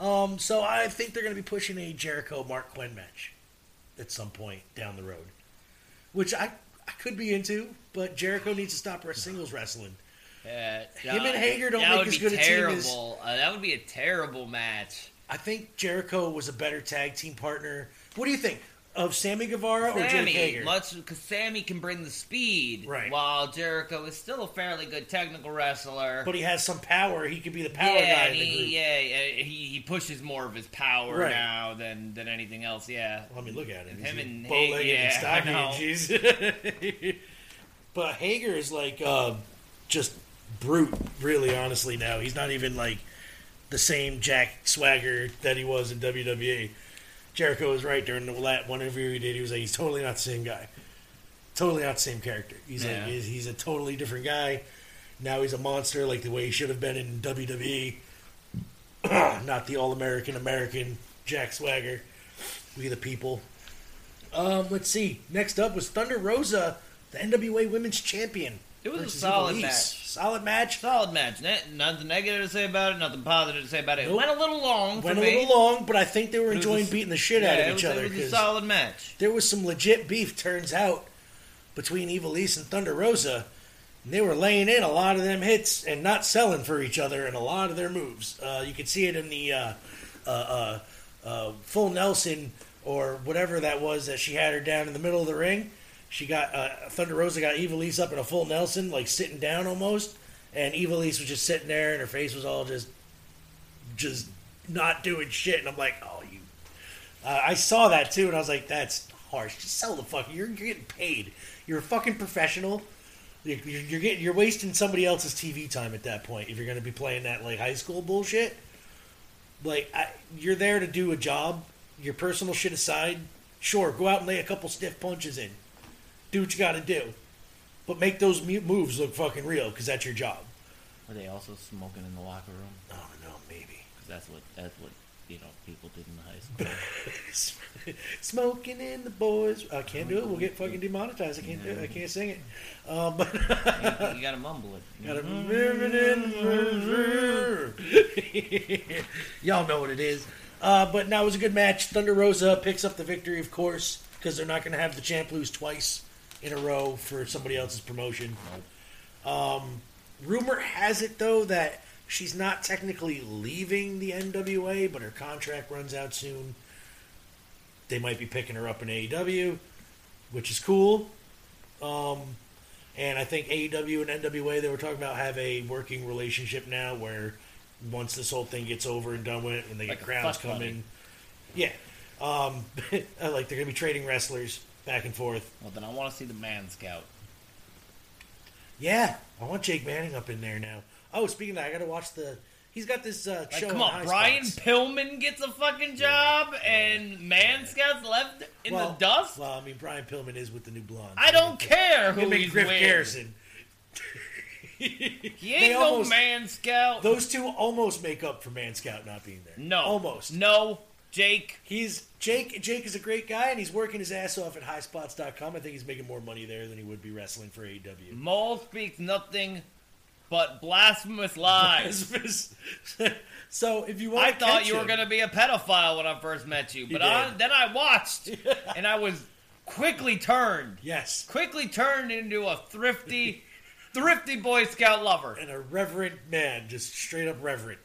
um, so I think they're going to be pushing a Jericho Mark Quinn match at some point down the road. which I, I could be into, but Jericho needs to stop wrest- singles wrestling.
Yeah,
Him and Hager don't make as good a team
terrible.
as-
Uh, that would be a terrible match.
I think Jericho was a better tag team partner. What do you think of Sammy Guevara or Oh, Jake
Sammy,
Hager?
much because Sammy can bring the speed,
Right.
While Jericho is still a fairly good technical wrestler,
but he has some power. He could be the power
yeah,
guy
and
in the
he,
group.
yeah, yeah, he he pushes more of his power
Right.
now than than anything else. Yeah,
Well, I mean, look at him.
Him
He's
and
bow-legged
Hager,
and
yeah,
stocky.
I know.
jeez. but Hager is like uh, just brute, really. Honestly, now he's not even like the same Jack Swagger that he was in WWE. Jericho was right during the lat one interview he did. He was like, he's totally not the same guy. Totally not the same character. He's
Yeah.
like, he's, he's a totally different guy. Now he's a monster, like the way he should have been in E. WWE. not the all American American Jack Swagger. We the people. Um, let's see. Next up was Thunder Rosa, the NWA Women's Champion.
It was a
versus
solid
Ivalice.
match.
Solid match.
solid match. Ne- nothing negative to say about it. Nothing positive to say about it. It
Nope.
went a little long.
Went a
for me.
little long, but I think they were
It was
enjoying
a-
beating the shit
yeah,
out of
it
each
was,
other
It was a
'cause
solid match.
there was some legit beef. Turns out between Evil East and Thunder Rosa, and they were laying in a lot of them hits and not selling for each other and a lot of their moves. Uh, you could see it in the uh, uh, uh, uh, full Nelson or whatever that was that she had her down in the middle of the ring. She got uh, Thunder Rosa got Evil East up in a full Nelson, like sitting down almost, and Evil East was just sitting there and her face was all just just not doing shit. And I'm like, oh, you. Uh, I saw that too, and I was like, that's harsh. Just sell the fuck. You're, you're getting paid. You're a fucking professional. You're, you're, you're getting you're wasting somebody else's TV time at that point if you're going to be playing that like high school bullshit. Like I, you're there to do a job. Your personal shit aside, sure, go out and lay a couple stiff punches in. Do what you got to do, but make those mu- moves look fucking real because that's your job.
Were they also smoking in the locker room?
Oh no, maybe.
Because that's what that's what you know people did in high school.
Smoking in the boys. I can't do it. We'll get fucking demonetized. I can't do it. I can't sing it. Um, but
you gotta mumble it.
gotta remember it in the river. Y'all know what it is. Uh, but now it was a good match. Thunder Rosa picks up the victory, of course, because they're not going to have the champ lose twice in a row for somebody else's promotion. Um, rumor has it though that she's not technically leaving the NWA, but her contract runs out soon. They might be picking her up in AEW, which is cool. Um, And I think AEW and NWA they were talking about have a working relationship now where once this whole thing gets over and done with and they
Like
get
a
crowds
fuck buddy.
coming. Yeah. Um like they're gonna be trading wrestlers back and forth.
Well, then I want to see the man scout.
Yeah. I want Jake Manning up in there now. Oh, speaking of that, I gotta watch the he's got this uh
Like,
show.
come on,
High
Brian
Spots.
Pillman gets a fucking job, and man scouts left in
Well-
the dust.
Well, I mean Brian Pillman is with the new blonde.
I don't care
Him
who
and
he's
Griff
with.
Garrison.
He ain't
They
no
almost-
man scout.
Those two almost make up for Man Scout not being there.
no,
Almost.
No, Jake.
He's Jake. Jake is a great guy, and he's working his ass off at highspots.com. I think he's making more money there than he would be wrestling for E AEW.
Mole speaks nothing but blasphemous lies.
so if you want,
I
to
thought
catch
you were
him-
gonna be a pedophile when I first met you, but I,
did.
then I watched, and I was quickly turned,
yes,
quickly turned into a thrifty, thrifty Boy Scout lover.
and a reverent man, just straight up reverent.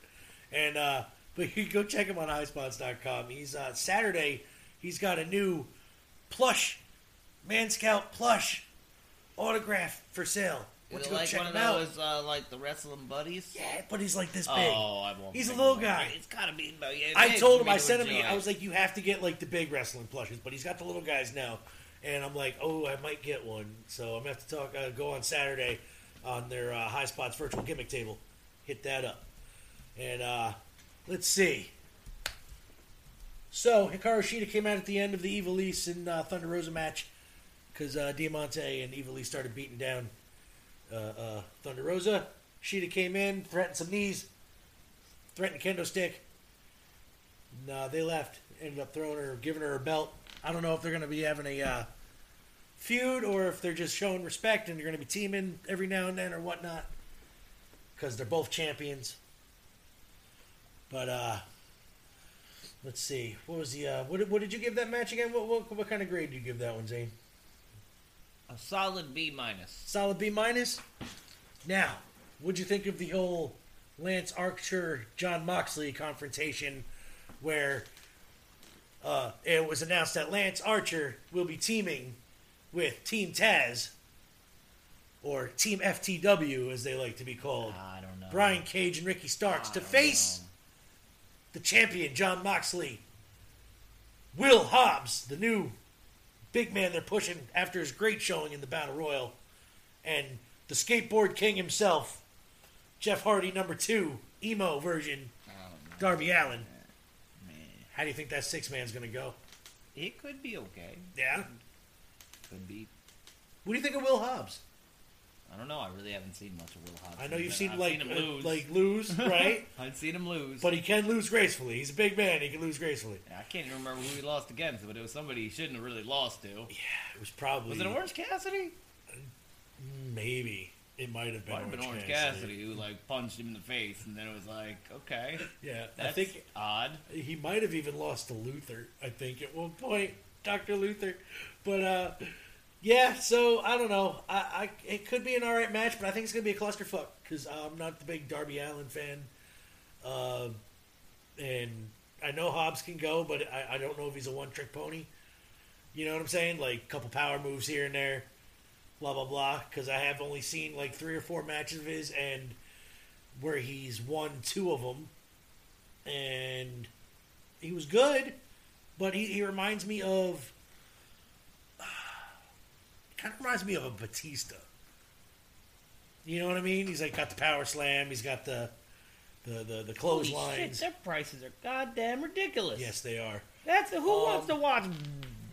And uh, but you can go check him on highspots.com. He's uh, Saturday. He's got a new plush Man Scout plush autograph for sale. Why
Is it
don't you go
like
check
one of
him out?
those, uh, like the wrestling buddies?
Yeah, but he's like this big.
Oh, I won't.
He's a
think
little
about
guy.
it. It's gotta be. about- yeah,
I
big
told
for
him,
me
I
to
sent him,
enjoy.
I was like, you have to get like the big wrestling plushes, but he's got the little guys now. And I'm like, oh, I might get one. So I'm going to have to talk, uh, go on Saturday on their uh, High Spots virtual gimmick table. Hit that up. And uh, let's see. So Hikaru Shida came out at the end of the Evil East and uh, Thunder Rosa match because uh, Diamante and Evil East started beating down uh, uh, Thunder Rosa. Shida came in, threatened some knees, threatened kendo stick. No, they left. Ended up throwing her, giving her a belt. I don't know if they're going to be having a uh, feud or if they're just showing respect and they're going to be teaming every now and then or whatnot. Because they're both champions. But uh, let's see. What was the uh, what, did- what did you give that match again? What what, what kind of grade do you give that one, Zane?
A solid B minus.
Solid B minus. Now, what'd you think of the whole Lance Archer John Moxley confrontation, where uh, it was announced that Lance Archer will be teaming with Team Taz or Team FTW, as they like to be called.
I don't know.
Brian Cage and Ricky Starks to face the champion John Moxley, Will Hobbs, the new big man they're pushing after his great showing in the Battle Royal, and the skateboard king himself, Jeff Hardy, number two, emo version, Darby Allen. How do you think that six man's going to go?
It could be okay.
Yeah.
Could be.
What do you think of Will Hobbs?
I don't know. I really haven't seen much of Will Hodgson.
I know you've
but
seen
I've
like
him
uh,
lose.
like lose, right?
I've seen him lose.
but he can lose gracefully. He's a big man. He can lose gracefully.
I can't even remember who he lost against, but it was somebody he shouldn't have really lost to.
It was probably
Was it Orange Cassidy?
Maybe it might have been
Might have
Orange,
been Orange
Cassidy.
Cassidy who like punched him in the face, and then it was like, okay,
Yeah,
that's
I think
odd.
he might have even lost to Luther. I think at one point, Doctor Luther. But uh, yeah, so I don't know. I, I it could be an all right match, but I think it's gonna be a clusterfuck because I'm not the big Darby Allen fan. Uh, and I know Hobbs can go, but I, I don't know if he's a one trick pony. You know what I'm saying? Like couple power moves here and there, blah blah blah. Because I have only seen like three or four matches of his, and where he's won two of them, and he was good, but he, he reminds me of kind of reminds me of a Batista. You know what I mean? He's like got the power slam. He's got the the the, the
Holy
clotheslines.
shit, their prices are goddamn ridiculous.
Yes, they are.
that's who wants to
Um,
watch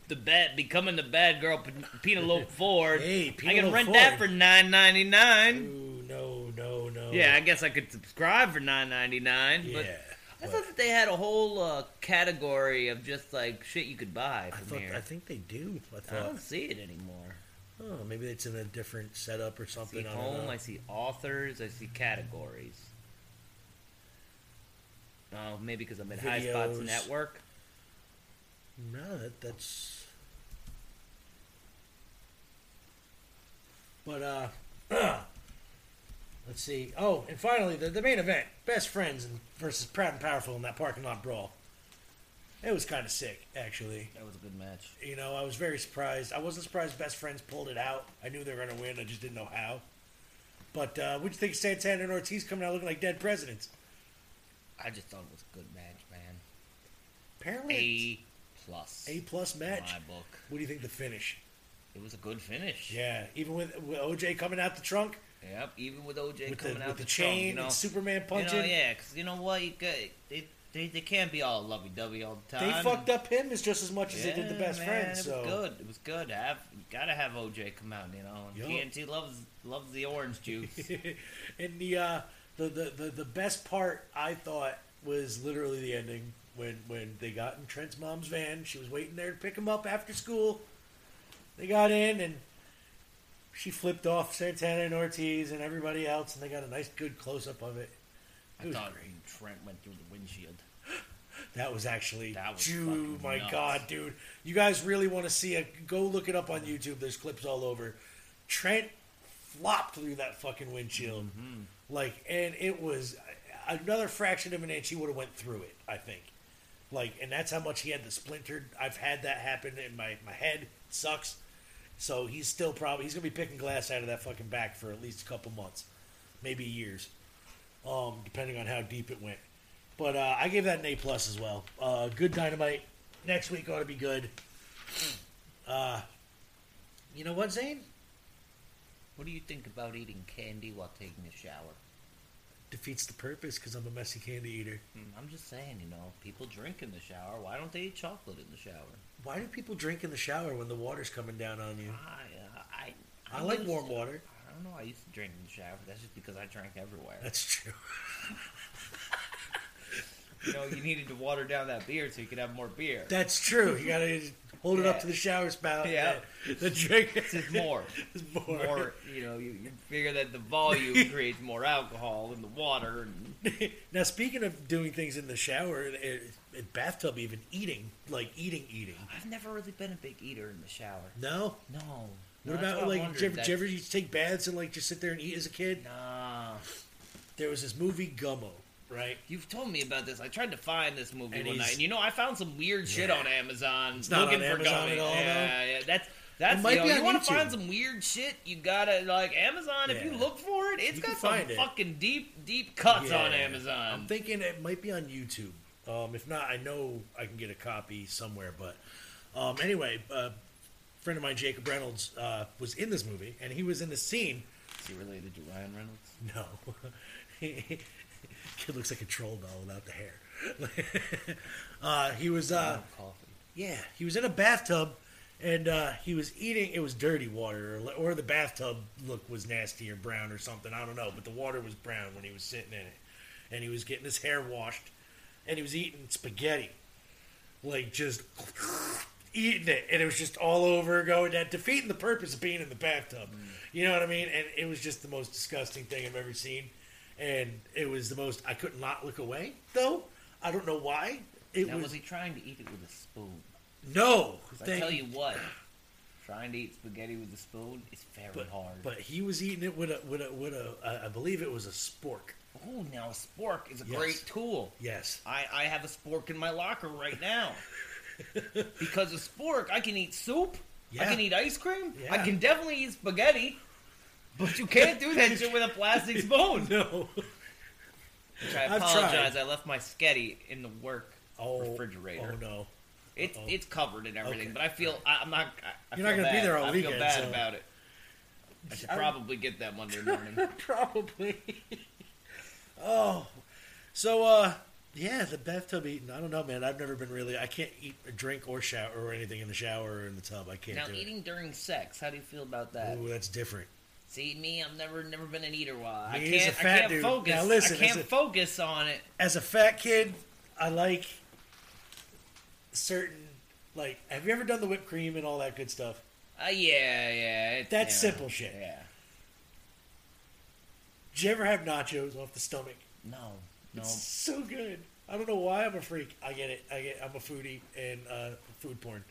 the bad becoming the bad girl P- Penelope Ford.
Hey,
I can
Penelope
rent that for
Ford.
nine ninety nine.
Ooh, no, no, no.
Yeah, I guess I could subscribe for nine ninety nine.
yeah.
But I thought that they had a whole uh, category of just like shit you could buy
I
from
thought.
here.
I think they do. I
I
thought.
don't see it anymore.
Oh, maybe it's in a different setup or
I see
something. I don't
home,
know.
I see authors, I see categories. Oh, maybe because I'm at High Spots
Videos.
Network.
No, that, that's. But uh, let's see. Oh, and finally, the, the main event: best friends and versus proud and powerful in that parking lot brawl. It was kind of sick, actually.
That was a good match.
You know, I was very surprised. I wasn't surprised. Best friends pulled it out. I knew they were going to win. I just didn't know how. But uh, what do you think of Santana and Ortiz coming out looking like dead presidents?
I just thought it was a good match, man.
Apparently,
A plus.
it's a plus
in
match.
My book.
What do you think the finish?
It was a good finish.
Yeah, even with, with OJ coming out the trunk,
Yep. Even with OJ
with the,
coming out
with the,
trunk,
chain
you know,
and Superman
you know,
punching.
yeah, because you know what? You got, they, they they can't be all lovey dovey all the
They
time.
fucked up him as just as much as
Yeah,
they did the best
man,
friends.
It
So
was good. It was good. Have you gotta have OJ come out, you know.
Yup.
And TNT loves loves the orange juice.
and the, uh, the, the the the best part I thought was literally the ending when when they got in Trent's mom's van. She was waiting there to pick him up after school. They got in and she flipped off Santana and Ortiz and everybody else, and they got a nice good close up of it.
I
It was
thought
great.
Trent went through the windshield.
That was actually,
That was
Jew,
fucking
my
nuts.
god, dude! You guys really want to see it? Go look it up on YouTube. There's clips all over. Trent flopped through that fucking windshield,
Mm-hmm.
like, and it was another fraction of an inch. He would have went through it, I think. Like, and that's how much he had the splintered. I've had that happen in my my head. It sucks. So he's still probably he's gonna be picking glass out of that fucking back for at least a couple months, maybe years um, depending on how deep it went. But uh, I gave that an A plus as well. Uh, good dynamite. Next week ought to be good. Uh, you know what, Zane?
What do you think about eating candy while taking a shower?
Defeats the purpose because I'm a messy candy eater.
I'm just saying, you know, people drink in the shower. Why don't they eat chocolate in the shower?
Why do people drink in the shower when the water's coming down on you?
I uh, I,
I like
used
warm
to-
water.
I don't know. I used to drink in the shower. That's just because I drank everywhere.
That's true.
you know, you needed to water down that beer so you could have more beer.
That's true. You gotta hold it up
Yeah.
to the shower spout.
Yeah.
and The drink
It's just more.
is more.
More, you know, you, you figure that the volume creates more alcohol in the water. And
now, speaking of doing things in the shower, and- and and bathtub, even eating, like eating, eating.
I've never really been a big eater in the shower.
No,
No.
What
that's
about
what I
like,
wondered,
did you, ever- did you
that-
ever used to take baths and like just sit there and eat as a kid?
Nah.
There was this movie Gummo, right?
You've told me about this. I tried to find this movie
And
one
he's-
night, and you know I found some weird shit on Amazon.
not
looking
on
for
Amazon
gummy.
at all,
Yeah, yeah. That's that's
might
you, know,
be on
you want
YouTube.
to find some weird shit. You gotta like Amazon. If you
Yeah.
look for it, it's
You can
got some
find it.
fucking deep deep cuts
Yeah.
on Amazon.
I'm thinking it might be on YouTube. Um, if not, I know I can get a copy somewhere. But um, anyway, uh, friend of mine, Jacob Reynolds, uh, was in this movie, and he was in the scene.
Is he related to Ryan Reynolds?
No, kid looks like a troll doll without the hair. uh, he was. Uh,
Coffee.
Yeah, he was in a bathtub, and uh, he was eating. It was dirty water, or, or the bathtub look was nasty or brown or something. I don't know, but the water was brown when he was sitting in it, and he was getting his hair washed, and he was eating spaghetti, like just eating it, and it was just all over going down, defeating the purpose of being in the bathtub.
Mm.
You know what I mean? And it was just the most disgusting thing I've ever seen, and it was the most I could not look away though. I don't know why. It
Now
was,
was he trying to eat it with a spoon?
no.
'Cause I
thank-
tell you what, trying to eat spaghetti with a spoon is very
but,
hard.
But he was eating it with a with a with a I- I believe it was a spork.
oh, now a spork is a
Yes.
great tool.
Yes.
I, I have a spork in my locker right now. because of spork, I can eat soup. I
Yeah.
can eat ice cream. I
Yeah.
can definitely eat spaghetti. But you can't do that shit with a plastic spoon.
No.
Which I
I've
apologize.
tried.
I left my sketty in the work
Oh.
refrigerator.
Oh no.
It's
Uh-oh.
it's covered and everything,
Okay.
but I feel I, I'm not. I, I
You're not
feel
gonna be
bad.
there all
I
weekend,
feel bad
so-
about it. I should
I-
probably get that Monday morning.
Probably. oh. So uh yeah, the bathtub eating. I don't know, man. I've never been really. I can't eat, or drink, or shower, or anything in the shower or in the tub. I can't
now,
do
eating during sex, how do you feel about
it.
that?
Ooh, that's different.
See me, I've never never been an eater. While I
Me as a
can't,
fat
I can't
dude.
focus.
Now, listen,
I
as
can't
a-
focus on it.
As a fat kid, I like certain. Like, have you ever done the whipped cream and all that good stuff?
Uh, yeah, yeah. It,
That's
yeah,
simple shit.
Yeah.
Did you ever have nachos off the stomach?
No, no.
It's so good. I don't know why I'm a freak. I get it. I get. I'm a foodie and uh, food porn.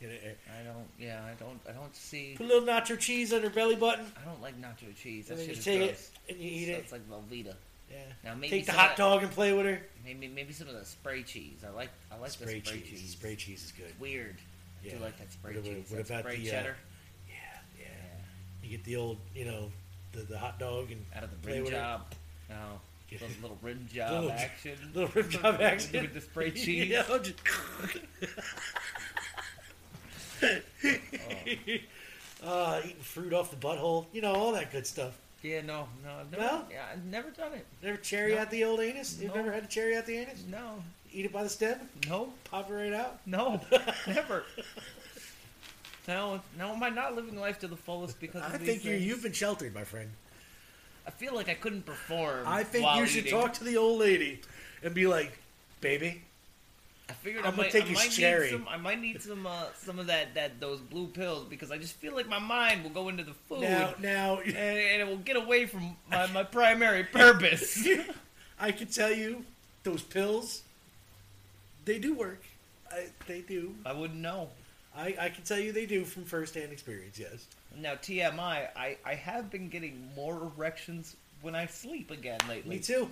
Get it? eh.
I don't. Yeah, I don't. I don't see.
Put a little nacho cheese on your belly button,
I don't like nacho cheese. That
and then you
shit is
take it
gross.
and you eat
So
it.
It's like Velveeta.
yeah.
Now maybe
Take the
some of
hot
that-
dog and play with her.
Maybe maybe some of the spray cheese. I like. I like
Spray,
the spray
cheese.
cheese.
Spray cheese is good.
It's weird. I
Yeah.
do like that spray
What about-
cheese.
what
That
about
spray
the, uh,
cheddar?
Yeah, yeah. You get the old, you know, the, the hot dog and
Out of the
play
rim
with it.
job. No. Little, little rim job
Little-
action.
Little rim job action.
With the spray cheese.
Yeah, I'll just-
Oh.
uh, eating fruit off the butthole. You know, all that good stuff.
Yeah, no, no, I've never,
No?
yeah, I've never done it.
Never cherry
No.
out the old anus? You've
No.
never had a cherry out the anus?
No,
Eat it by the stem?
no,
Pop it right out?
no, never. No, no, am I not living life to the fullest because of
I
these
think you,
things?
you've been sheltered, my friend.
I feel like I couldn't perform.
I think
while
you should
eating.
talk to the old lady and be like, baby,
I figured
I'm
I
gonna
might,
take
I
his
might
cherry.
need some. I might need some, uh, some of that, that those blue pills because I just feel like my mind will go into the food
now, now,
and, and it will get away from my, my primary purpose.
I can tell you those pills, they do work. I, they do.
I wouldn't know.
I, I can tell you they do from firsthand experience, yes.
Now TMI, I, I have been getting more erections when I sleep again lately.
Me too.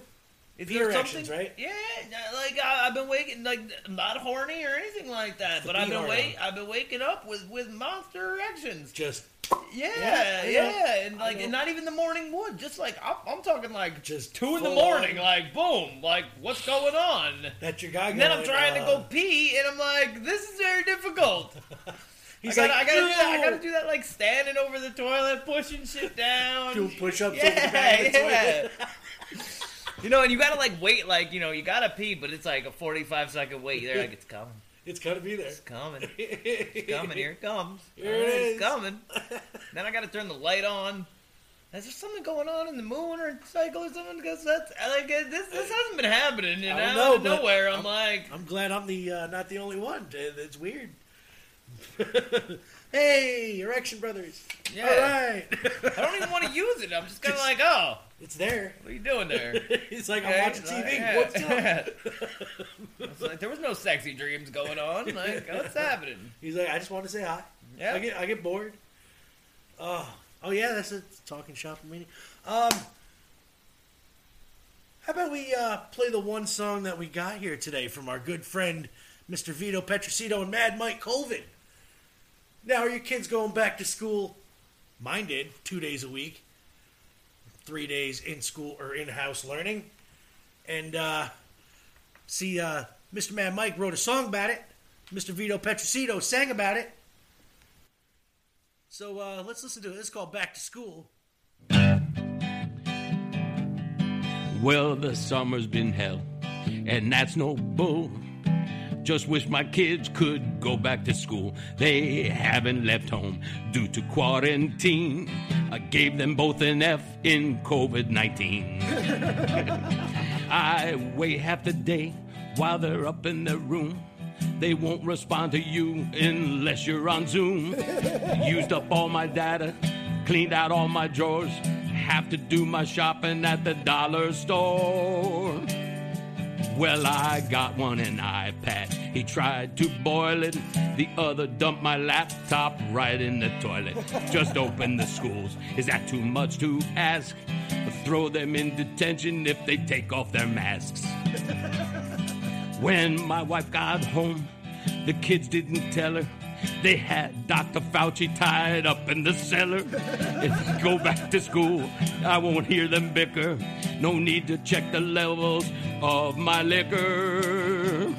Is
Pee
there
erections,
something-
right?
Yeah, no, like I, I've been waking, like I'm not horny or anything like that,
the
but I've
pee
been
horn
wake,
on.
I've been waking up with with monster erections.
Just,
Yeah,
Yeah,
yeah,
I
and
I
like,
know.
and not even the morning wood. Just like I'm, I'm talking like
Just
two in the
full
morning,
on.
like boom, like what's going on?
that's your guy
And then I'm
going,
trying to
uh,
go pee, and I'm like, this is very difficult.
He's
I gotta, I gotta
like,
do that. I
"No!"
gotta do that, like standing over the toilet, pushing shit down,
Doing push-ups
Yeah,
over the back of the toilet.
yeah. you know, and you gotta like wait, like you know, you gotta pee, but it's like a forty-five second wait. You're like, it's coming,
It's gotta be there.
it's coming, it's coming. Here it comes.
Here it
All
is.
It's coming. then I gotta turn the light on. Is there something going on in the moon or cycle or something? Because that's like uh, this. This hasn't been happening. You
I
know,
don't
out of
know, but
nowhere. I'm, like,
I'm glad I'm the uh, not the only one. Uh, It's weird. hey, Erection Brothers.
yeah,
All right.
I don't even want to use it. I'm just kind of like, oh,
it's there.
what are you doing there?
He's like, I'm
Yeah,
watching
like,
TV.
yeah.
What's up?
It's like, there was no sexy dreams going on. Like, what's happening?
He's like, I just want to say hi.
Yeah.
I get I get bored. Oh, oh yeah, that's a talking shop meeting. Um, how about we uh, play the one song that we got here today from our good friend Mr. Vito Petrosito and Mad Mike Colvin? Now, are your kids going back to school? Mine did, two days a week, three days in school or in house learning. And uh, see, uh, Mr. Mad Mike wrote a song about it, Mr. Vito Petrosito sang about it. So uh, let's listen to it. It's called Back to School.
Well, the summer's been hell, and that's no bull. Just wish my kids could go back to school. They haven't left home due to quarantine. I gave them both an F in COVID 19. I wait half the day while they're up in their room. They won't respond to you unless you're on Zoom. Used up all my data, cleaned out all my drawers. Have to do my shopping at the dollar store. Well, I got one an iPad. He tried to boil it. The other dumped my laptop right in the toilet. Just open the schools. Is that too much to ask? Throw them in detention if they take off their masks. When my wife got home, the kids didn't tell her. They had Dr. Fauci tied up in the cellar. If I go back to school, I won't hear them bicker. No need to check the levels of my liquor.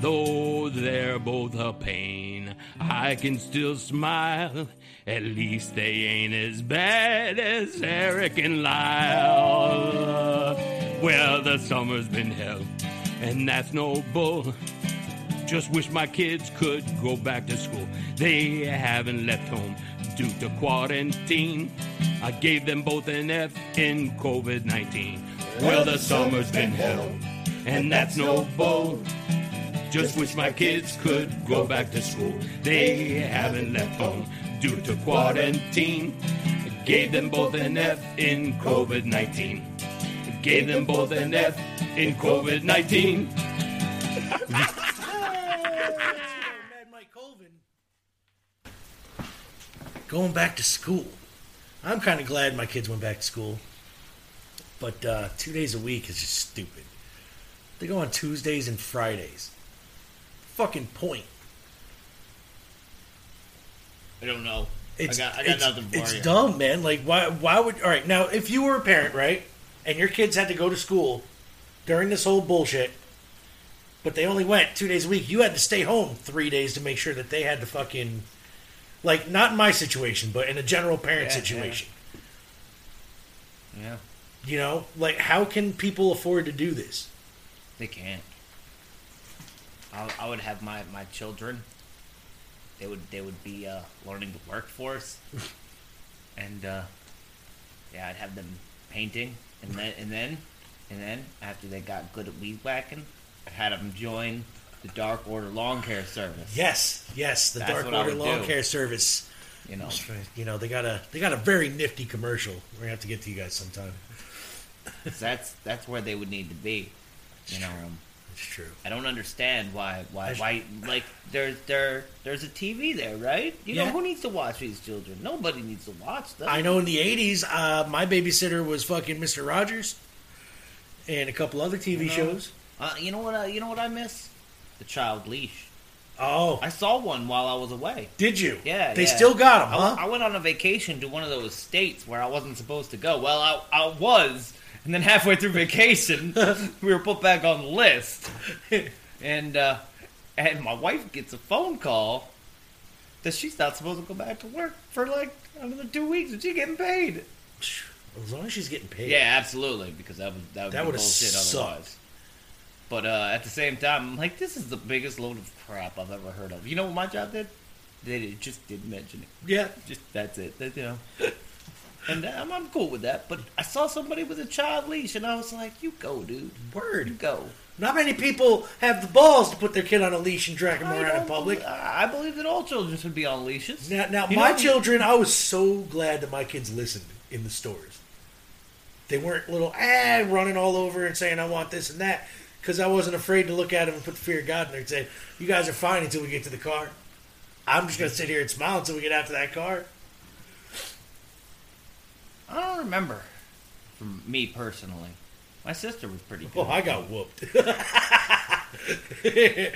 Though they're both a pain, I can still smile. At least they ain't as bad as Eric and Lyle. Well, the summer's been hell, and that's no bull. Just wish my kids could go back to school. They haven't left home due to quarantine. I gave them both an F in COVID 19. Well, the summer's been hell, and that's no bull. Just wish my kids could go back to school. They haven't left home due to quarantine. I gave them both an F in COVID 19. Gave them both an F in COVID 19.
Mad Mike Colvin. Going back to school. I'm kind of glad my kids went back to school. But uh, two days a week is just stupid. They go on Tuesdays and Fridays. Fucking point.
I don't know.
It's,
I got, I got
it's,
nothing for
it's
you.
dumb, man. Like, why, why would. All right, now, if you were a parent, right, and your kids had to go to school during this whole bullshit, but they only went two days a week, you had to stay home three days to make sure that they had to fucking. Like, not in my situation, but in a general parent
Yeah, yeah.
situation.
Yeah,
You know, like, how can people afford to do this?
they can't. I, I would have my, my children. They would they would be uh, learning the workforce, and uh, yeah, I'd have them painting, and then and then and then after they got good at weed whacking, I had them join the Dark Order Long Care Service.
Yes, yes, the
That's
Dark
what I
Order
would
Lawn
do.
Care Service.
You know,
You know, they got a they got a very nifty commercial. We're gonna have to get to you guys sometime.
'cause that's that's where they would need to be. You know. Um,
It's true.
I don't understand why why
I sh-
why like there's there there's a TV there, right? You
Yeah.
know who needs to watch these children? Nobody needs to watch them.
I know in the '80s, uh, my babysitter was fucking Mister Rogers, and a couple other TV
know.
shows.
Uh, you know what? I, you know what I miss? The child leash.
Oh,
I saw one while I was away.
did you?
Yeah,
they
yeah.
still got
I,
them, huh?
I went on a vacation to one of those states where I wasn't supposed to go. Well, I, I was, and then halfway through vacation, we were put back on the list, and uh, and my wife gets a phone call that she's not supposed to go back to work for like another two weeks, and she's getting paid.
as long as she's getting paid.
Yeah, absolutely, because that was that would
That
be
would've
bullshit
sucked.
otherwise. But uh, at the same time, I'm like, this is the biggest load of crap I've ever heard of. You know what my job did? They did- just did mention it
yeah.
just that's it. That, you know. and I'm, I'm cool with that. But I saw somebody with a child leash, and I was like, "You go, dude. You
Word.
go."
Not many people have the balls to put their kid on a leash and drag him
I
around in
don't
public.
believe- I I believe that all children should be on leashes.
Now, now
You
my
know-
children, I was so glad that my kids listened in the stores. They weren't little ah running all over and saying I want this and that because I wasn't afraid to look at them and put the fear of God in there and say, "You guys are fine until we get to the car. I'm just gonna sit here and smile until we get out to that car."
I don't remember. From me personally, my sister was pretty good.
Oh, I got whooped. and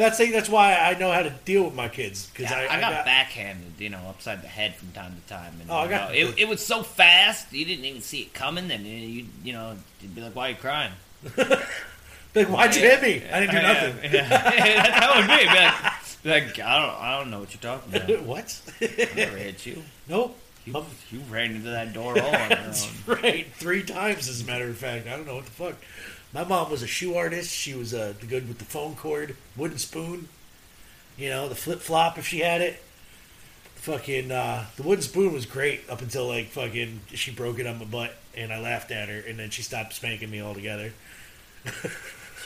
that's that's why I know how to deal with my kids because
Yeah,
I,
I, got, backhanded, you know, upside the head from time to time. And,
Oh, I
you
got-
know, it, it was so fast, you didn't even see it coming. And you, you know, you'd be like, "Why are you crying?"
like, why'd you hit me? I didn't do
Yeah,
nothing.
Yeah, that would be, be like, be like, I don't, I don't know what you're talking about.
what?
I never hit you.
nope.
You,
Um,
you ran into that door all on your own.
That's right. Three times, as a matter of fact. I don't know what the fuck. My mom was a shoe artist. She was uh, good with the phone cord, wooden spoon, you know, the flip flop if she had it. Fucking, uh, the wooden spoon was great up until, like, fucking, she broke it on my butt and I laughed at her and then she stopped spanking me altogether.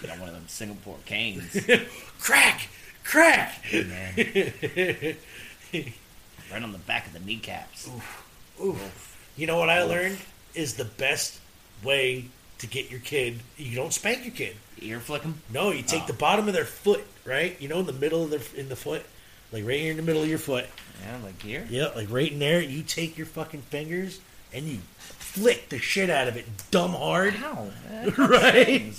You know, one of them Singapore canes.
Crack! Crack!
man. right on the back of the kneecaps.
Oof. You know what I learned is the best way to get your kid, you don't spank your kid.
Ear flick 'em.
No, you take
Oh.
the bottom of their foot, right? You know, in the middle of their in the foot, like right here in the middle of your foot.
Yeah, like here.
Yeah, like right in there. You take your fucking fingers and you flick the shit out of it, dumb hard.
Ow. man.
Right,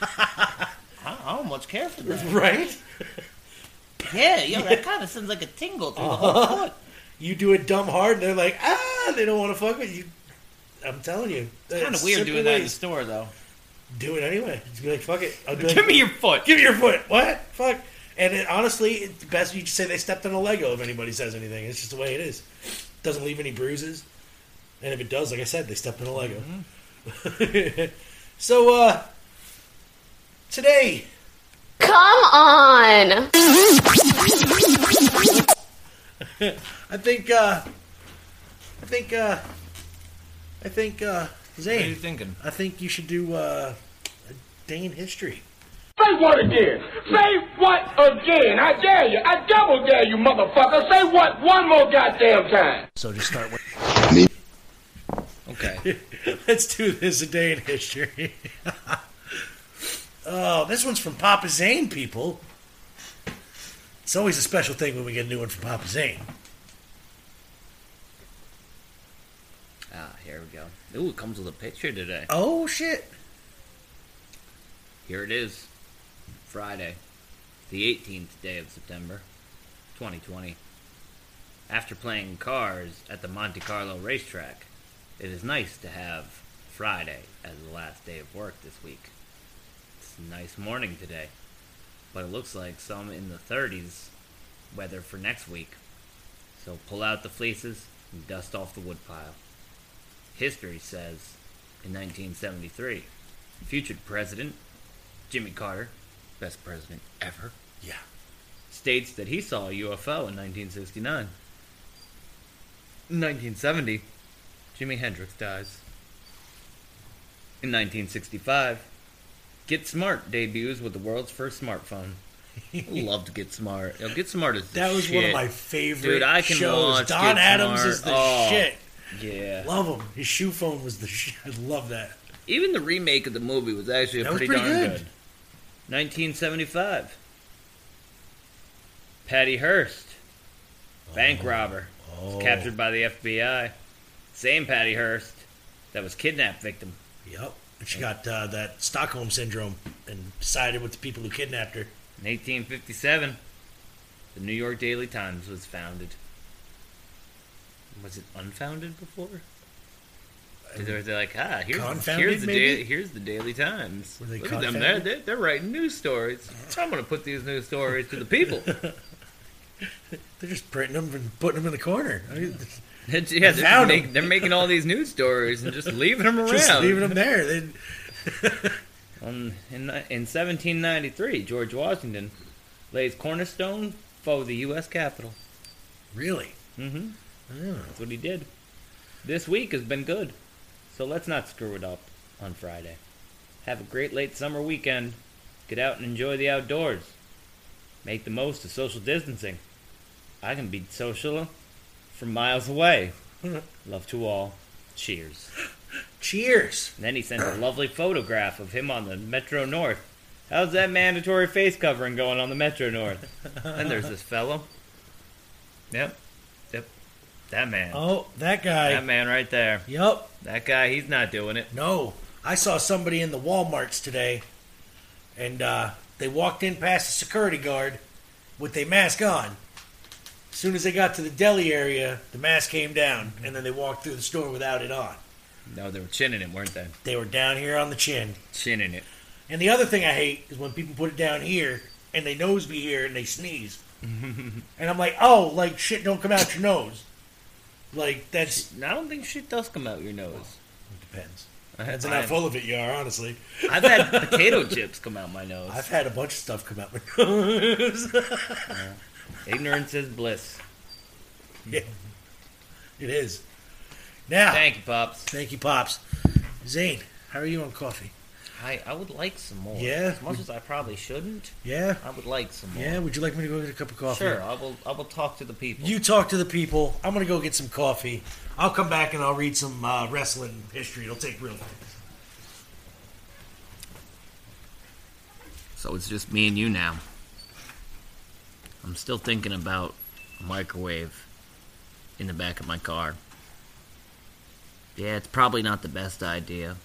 I I don't much care for that.
right.
Yeah, yo, that kind of sends like a tingle
Oh,
through the whole foot.
You do it dumb hard, and they're like, ah, they don't want to fuck with you. I'm telling you,
Kind of weird doing that in the store, though.
Do it anyway. Just be like, fuck it. I'll do it.
Give me your foot.
Give me your foot. What? Fuck. And it, honestly, it's best you just say they stepped on a Lego if anybody says anything. It's just the way it is. Doesn't leave any bruises. And if it does, like I said, they stepped on a Lego.
Mm-hmm.
so, uh, today,
Come on!
I think, uh, I think, uh, I think, uh,
What are you
Zane,
thinking?
I think you should do, uh, Dane history.
Say what again? Say what again? I dare you. I double dare you, motherfucker. Say what one more goddamn time.
So just start with,
Okay.
let's do this a day in history. oh, this one's from Papa Zane, people. It's always a special thing when we get a new one from Papa Zane.
Ah, here we go. Ooh, it comes with a picture today.
Oh shit!
Here it is. Friday, the 18th day of September, 2020. After playing cars at the Monte Carlo racetrack, it is nice to have Friday as the last day of work this week. It's a nice morning today, but it looks like some in the 30s weather for next week. So pull out the fleeces and dust off the woodpile. History says in 1973, future president Jimmy Carter, best president ever,
Yeah.
states that he saw a UFO in 1969. In 1970, Jimi Hendrix dies. In 1965, Get Smart debuts with the world's first smartphone. I loved Get Smart. Yo, Get Smart is the
That was one of
shit.
my favorite
Dude, I can
shows.
watch
Don
Get
Adams
Smart.
is the
Oh.
shit.
Yeah.
Love him. His shoe phone was the shit. I love that.
Even the remake of the movie was actually
That was
pretty,
pretty
darn
good.
good. 1975. Patty Hearst, bank robber,
Oh.
was captured by the FBI. Same Patty Hearst that was kidnapped victim.
Yep. And she got uh, that Stockholm syndrome and sided with the people who kidnapped her.
In 1857, the New York Daily Times was founded. Was it unfounded before? They were they're like, ah, here's,
Confounded,
here's the
maybe?
daily, here's the Daily Times.
Were they
Look at them, they're,
confounded?
they're, they're writing news stories. I'm going to put these news stories to the people.
They're just printing them and putting them in the corner. I mean,
yeah, they're, just
Found 'em.
make, they're making all these news stories and just leaving them around.
just leaving them there. They,
On, in, in 1793, George Washington lays cornerstone for the U.S. Capitol.
really?
Mm-hmm.
Oh.
That's what he did. This week has been good, so let's not screw it up on Friday. Have a great late summer weekend. Get out and enjoy the outdoors. Make the most of social distancing. I can be social from miles away. Love to all. Cheers.
Cheers.
And then he sent a lovely photograph of him on the Metro North. How's that mandatory face covering going on the Metro North? and there's this fellow. Yep. Yep. That man.
Oh, that guy.
That man right there.
Yep.
That guy, he's not doing it.
No, I saw somebody in the WalMarts today, and uh, they walked in past the security guard with their mask on. As soon as they got to the deli area, the mask came down, and then they walked through the store without it on.
No, they were chinning it, weren't they?
They were down here on the chin.
Chinning it.
And the other thing I hate is when people put it down here and they nose be here and they sneeze. and I'm like, oh, like shit don't come out your nose. Like that's
I don't think shit does come out your nose.
depends.
That's
Depends on how full of it you are, honestly.
I've had potato chips come out my nose.
I've had a bunch of stuff come out my nose.
Ignorance is bliss.
Yeah. It is. Now, thank,
Thank you, pops.
you, Pops. Zane, how are you on coffee?
I I would like some more.
Yeah.
As much as I probably shouldn't,
Yeah?
I would like some more.
Yeah, would you like me to go get a cup of coffee?
Sure. I will. I will talk to the people.
You talk to the people. I'm going to go get some coffee. I'll come back and I'll read some uh, wrestling history. It'll take real
So it's just me and you now. I'm still thinking about a microwave in the back of my car. Yeah, it's probably not the best idea,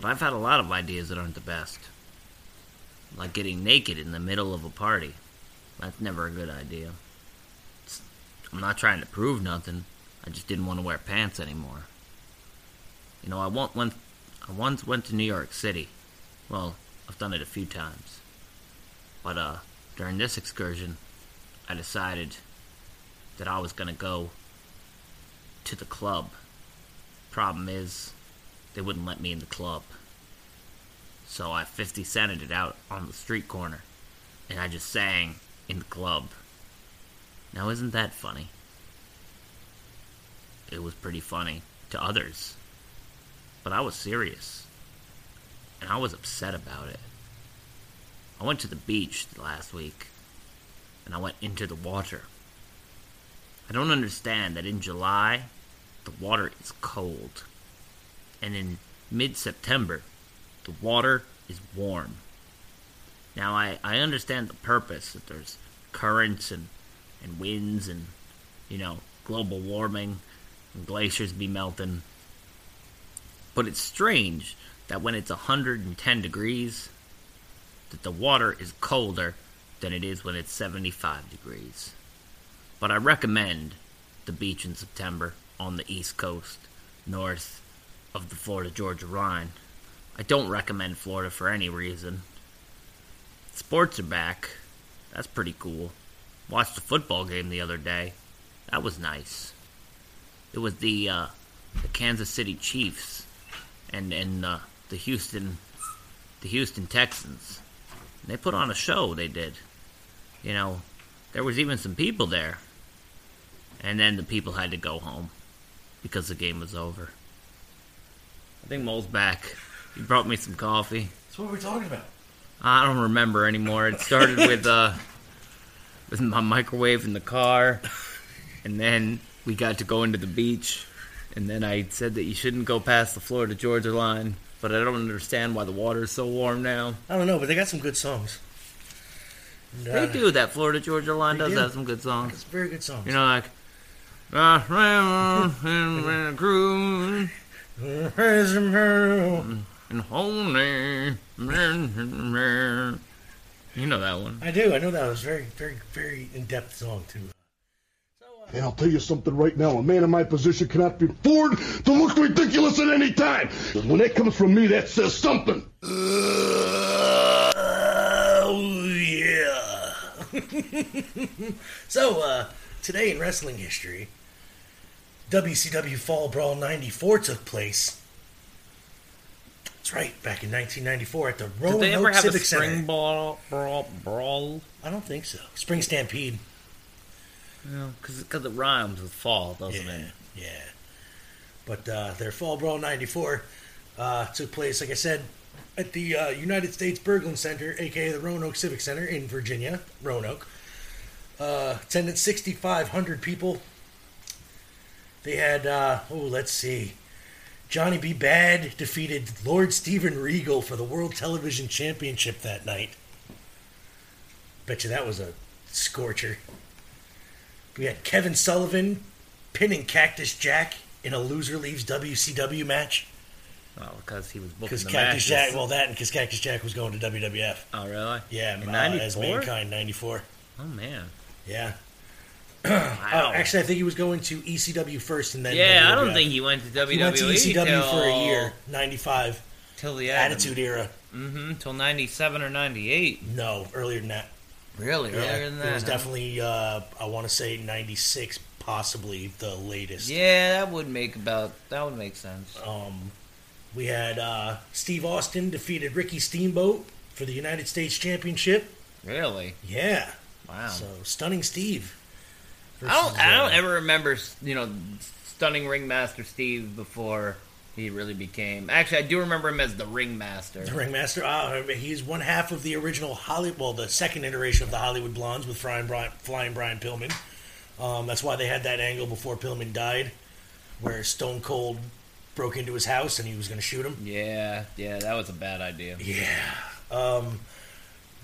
but I've had a lot of ideas that aren't the best. Like getting naked in the middle of a party. That's never a good idea. It's- I'm not trying to prove nothing. I just didn't want to wear pants anymore. You know, I want one I once went to New York City. Well, I've done it a few times. But uh during this excursion, I decided that I was going to go to the club. Problem is, they wouldn't let me in the club. So I 50 cented it out on the street corner and I just sang in the club. Now isn't that funny? It was pretty funny to others. But I was serious and I was upset about it. I went to the beach last week, and I went into the water. I don't understand that in July, the water is cold, and in mid September, the water is warm. Now, I, I understand the purpose that there's currents and, and winds and, you know, global warming and glaciers be melting. But it's strange that when it's 110 degrees, that the water is colder than it is when it's 75 degrees. But I recommend the beach in September on the east coast, north of the Florida Georgia Line. I don't recommend Florida for any reason. Sports are back. That's pretty cool. Watched a football game the other day. That was nice. It was the uh, the Kansas City Chiefs and and uh, the Houston the Houston Texans. And they put on a show. They did. You know, there was even some people there. And then the people had to go home because the game was over. I think Mole's back. He brought me some coffee.
That's what we're talking about.
I don't remember anymore. It started with uh, with my microwave in the car, and then we got to go into the beach, and then I said that you shouldn't go past the Florida Georgia line, but I don't understand why the water is so warm now.
I don't know, but they got some good songs. And, uh,
They do that Florida Georgia line
They
does
do.
have some good songs.
It's very good songs.
You know, like. "Ah, round and round groove
Praise the Lord.
and holy." You know that one.
I do. I know that was very, very, very in-depth song too.
And I'll tell you something right now. A man in my position cannot be afford to look ridiculous at any time. And when that comes from me, that says something.
Oh yeah. so uh, today in wrestling history, WCW Fall Brawl '94 took place. That's right, back in 1994 at the
Did
Roanoke
they ever have a
Civic Center.
spring ball, brawl? brawl?
I don't think so. Spring Stampede.
Because it rhymes with fall, doesn't
yeah,
it?
Yeah. But uh, their Fall Brawl 94 uh, took place, like I said, at the uh, United States Berglund Center, aka the Roanoke Civic Center in Virginia, Roanoke. Uh, attendance 6,500 people. They had, uh, oh, let's see. Johnny B. Bad defeated Lord Steven Regal for the World Television Championship that night. Bet you that was a scorcher. We had Kevin Sullivan pinning Cactus Jack in a loser leaves WCW match
Well, because Oh, he was booking
because
the
Cactus
matches.
Jack, well, that and because Cactus Jack was going to WWF.
oh, really?
Yeah,
In
uh, as
94?
Mankind '94.
Oh, man.
Yeah.
Wow.
Oh, actually, I think he was going to ECW first and then.
yeah, I
WWF.
don't think he went to WWE
he went to ECW
till,
for a year, '95
Till the
Attitude Era.
Mm-hmm, till 97 or 98.
No, earlier than that.
Really?
Yeah,
Earlier than that?
it was
huh?
definitely. Uh, I want to say '96, possibly the latest.
Yeah, that would make about... That would make sense.
Um, we had uh, Steve Austin defeated Ricky Steamboat for the United States Championship.
Really?
Yeah.
Wow.
So stunning Steve.
I don't.
versus,
I don't
uh,
ever remember. You know, stunning ringmaster Steve before he really became. Actually, I do remember him as the ringmaster.
The Ringmaster. Uh, he's one half of the original Hollywood, well, the second iteration of the Hollywood Blondes with Flying Brian, Flying Brian Pillman. Um, that's why they had that angle before Pillman died, where Stone Cold broke into his house and he was going to shoot him.
Yeah, yeah, that was a bad idea.
Yeah. Um,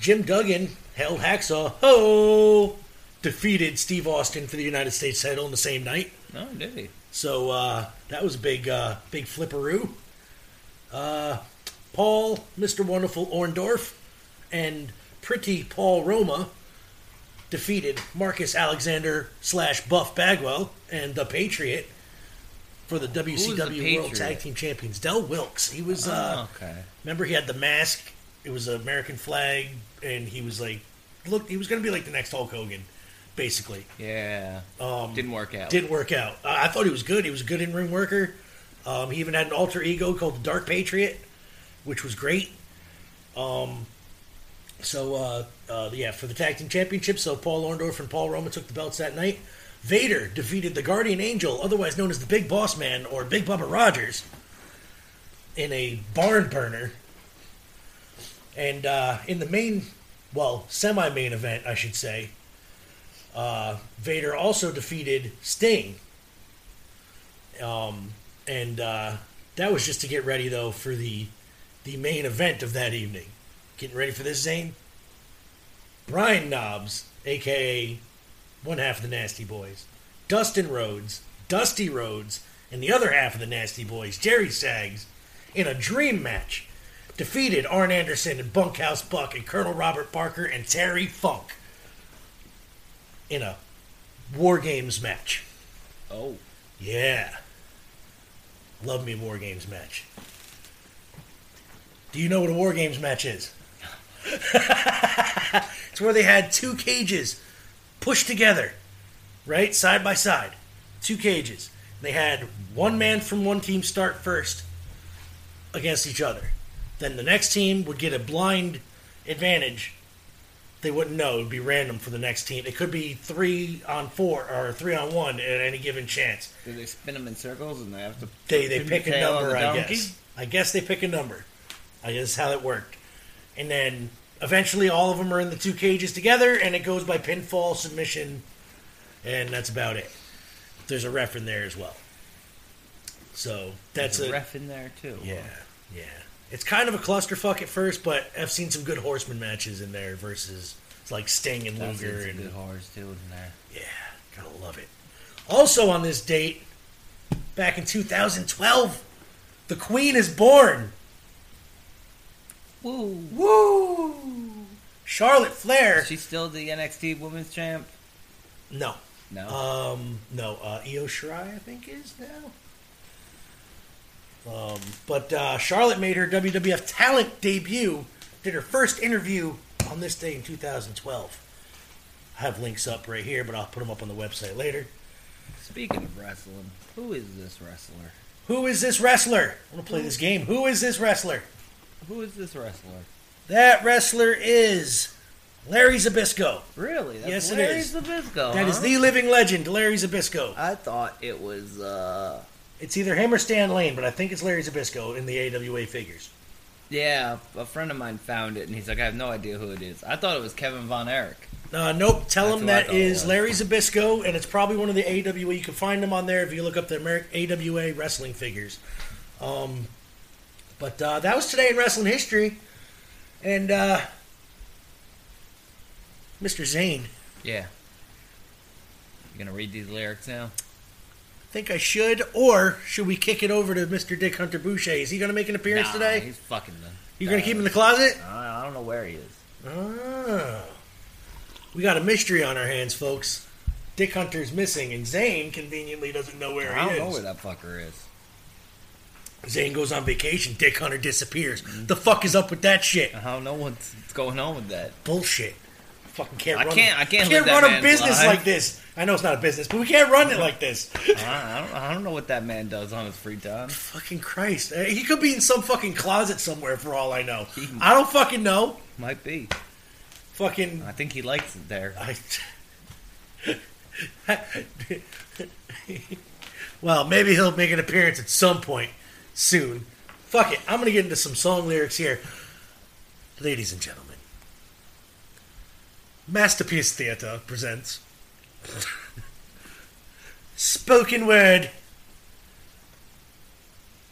Jim Duggan held hacksaw. Ho! Defeated Steve Austin for the United States title on the same night.
No, Oh, did he?
So uh, that was a big, uh, big flipperoo. Uh, Paul, Mr. Wonderful Orndorff, and Pretty Paul Roma defeated Marcus Alexander slash Buff Bagwell and the Patriot for the WCW World
Patriot?
Tag Team Champions. Del Wilkes. He was. Uh,
Oh, okay.
Remember, he had the mask. It was an American flag, and he was like, look, he was going to be like the next Hulk Hogan, basically.
Yeah.
Um,
Didn't work out.
Didn't work out. I, I thought he was good. He was a good in ring worker. Um, he even had an alter ego called the Dark Patriot, which was great. Um, so uh, uh, yeah, for the tag team championship, so Paul Orndorff and Paul Roman took the belts that night. Vader defeated the Guardian Angel, otherwise known as the Big Boss Man or Big Bubba Rogers, in a barn burner. And uh, in the main, well, semi-main event, I should say, uh, Vader also defeated Sting. Um, and uh, that was just to get ready, though, for the the main event of that evening. Getting ready for this, Zane? Brian Knobs, a.k.a. one half of the Nasty Boys, Dustin Rhodes, Dusty Rhodes, and the other half of the Nasty Boys, Jerry Sags, in a dream match, defeated Arn Anderson and Bunkhouse Buck and Colonel Robert Parker and Terry Funk in a War Games match.
Oh,
Yeah. Love me a War Games match. Do you know what a War Games match is? it's where they had two cages pushed together, right? Side by side. Two cages. They had one man from one team start first against each other. Then the next team would get a blind advantage. They wouldn't know. It would be random for the next team. It could be three on four or three on one at any given chance.
do they spin him in circles and they have to?
They they
pin
pick
the
a
tail on
number,
the
I
donkey?
guess. I guess they pick a number. I guess how it worked. And then eventually all of them are in the two cages together and it goes by pinfall submission and that's about it. There's a ref in there as well. So that's
There's a
a
ref in there too.
yeah, yeah. It's kind of a clusterfuck at first, but I've seen some good horseman matches in there versus like Sting and
That's
Luger
a
and
good horse too in there.
yeah, gotta love it. Also on this date, back in 2012, the Queen is born.
Woo!
Woo! Charlotte Flair.
She's still the NXT Women's Champ.
no,
No.
um, no. Uh, Io Shirai, I think, is now. Um, but uh, Charlotte made her WWF talent debut. Did her first interview on this day in 2012. I have links up right here, but I'll put them up on the website later.
Speaking of wrestling, who is this wrestler?
Who is this wrestler? I'm gonna play this game. Who is this wrestler?
Who is this wrestler?
That wrestler is Larry Zabisco.
Really? That's
Yes, it
Larry
is.
Zabisco,
That is
huh?
the living legend, Larry Zabisco.
I thought it was. uh
It's either him or Stan Lane, but I think it's Larry Zabisco in the AWA figures.
Yeah, a friend of mine found it, and he's like, "I have no idea who it is. I thought it was Kevin Von Erich."
Uh, nope, tell
That's
him
who I
that
thought it
is
was.
Larry Zabisco, and it's probably one of the AWA. You can find them on there if you look up the Ameri- AWA wrestling figures. Um, but uh, that was today in wrestling history. And uh, Mr. Zane,
Yeah. You gonna read these lyrics now?
Think I should, or should we kick it over to Mr. Dick Hunter Boucher? Is he going to make an appearance
Nah,
today?
He's fucking done.
You going to keep him in the closet?
I I don't know where he is.
Oh. We got a mystery on our hands, folks. Dick Hunter's missing, and Zane conveniently doesn't know where
I
he
don't know
is.
where that fucker is.
Zane goes on vacation. Dick Hunter disappears.
Mm-hmm.
The fuck is up with that shit?
I don't know what's what's going on with that.
Bullshit. Fucking can't.
I
run
can't- I can't live that
run a
man's
business
life.
like this. I know it's not a business, but we can't run it like this.
I, I don't, I don't know what that man does on his free time.
fucking Christ, Uh, he could be in some fucking closet somewhere for all I know.
He-
I don't fucking know.
Might be.
Fucking.
I think he likes it there.
I, well, maybe he'll make an appearance at some point soon. Fuck it. I'm going to get into some song lyrics here. Ladies and gentlemen, Masterpiece Theater presents Spoken Word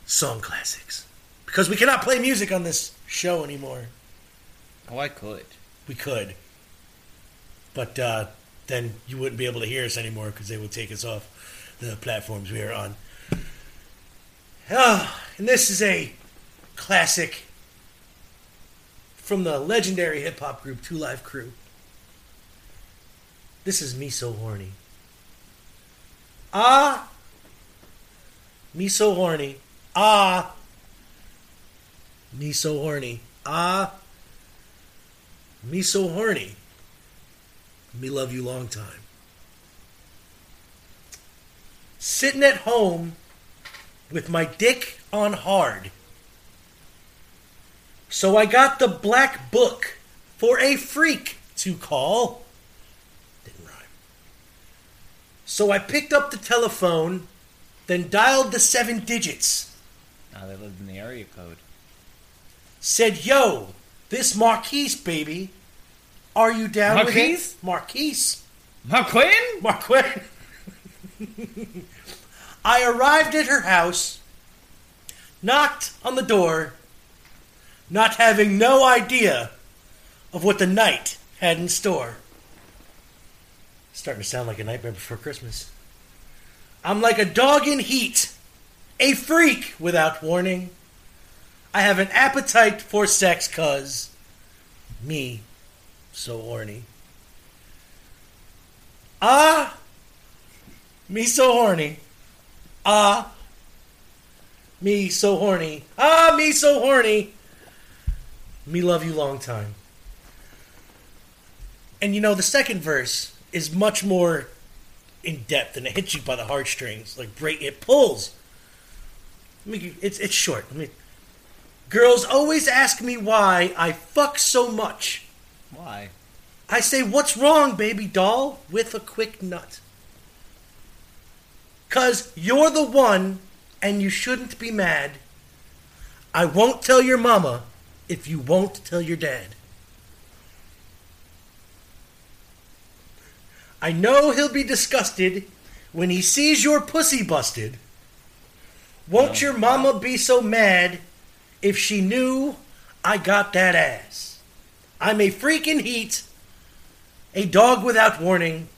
Song Classics. Because we cannot play music on this show anymore.
Oh, I could.
We could. But uh, then you wouldn't be able to hear us anymore because they would take us off the platforms we are on. Ah, and this is a classic from the legendary hip hop group Two Live Crew. This is Me So Horny. Ah, Me So Horny. Ah, Me So Horny. Ah. Me so horny. Me love you long time. Sitting at home with my dick on hard. So I got the black book for a freak to call. Didn't rhyme. So I picked up the telephone, then dialed the seven digits.
Now they lived in the area code.
said, "Yo, this Marquise baby, are you down
Marquise?
with it?" Marquise,
McQueen?
Marquise. I arrived at her house, knocked on the door, not having no idea of what the night had in store. Starting to sound like a nightmare before Christmas. I'm like a dog in heat, a freak without warning. I have an appetite for sex, cuz me so horny. Ah, me so horny. Ah, me so horny. Ah, me so horny. Me love you long time. And you know, the second verse is much more in depth and it hits you by the heartstrings. Like, break, it pulls. Let me, it's, it's short. Let me. Girls always ask me why I fuck so much.
Why?
I say, what's wrong, baby doll? With a quick nut. Cause you're the one and you shouldn't be mad. I won't tell your mama if you won't tell your dad. I know he'll be disgusted when he sees your pussy busted. Won't your mama be so mad if she knew I got that ass? I'm a freaking heat a dog without warning.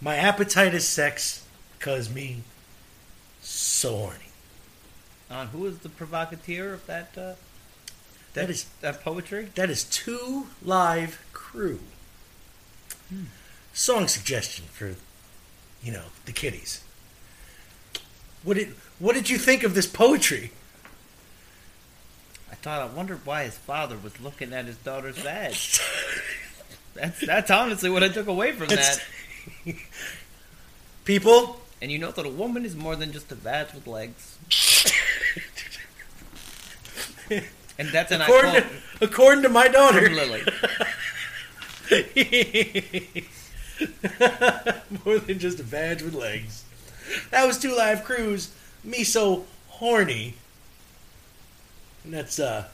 My appetite is sex, cause me so horny.
On who is the provocateur of that? Uh,
That is
that poetry.
that is two live crew. Hmm. Song suggestion for you know, the kiddies. What did what did you think of this poetry?
I thought I wondered why his father was looking at his daughter's ass. that's that's honestly what I took away from
That's-
that.
People,
And you know that a woman is more than just a vag with legs. and that's an
according
I
to, according to my
quote
daughter,
from Lily.
More than just a badge with legs. That was Two Live Crews, Me So Horny. And that's uh,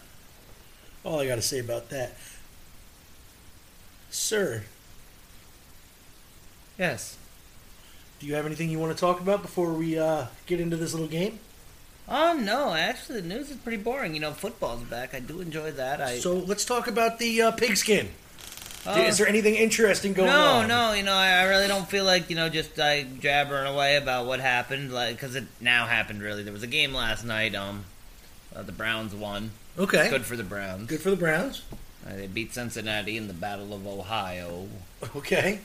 all I got to say about that. Sir,
Yes.
do you have anything you want to talk about before we uh, get into this little game?
Oh no, actually the news is pretty boring. You know, football's back. I oh, do enjoy that. I
so let's talk about the uh, pigskin. Is there anything interesting going
no,
on?
no, you know, I, I really don't feel like you know just like jabbering away about what happened, like because it now happened. Really, there was a game last night. Um, uh, the Browns won.
no. Okay. Good.
Good for the Browns.
for the Browns.
Uh, they beat Cincinnati in the Battle of Ohio.
Okay.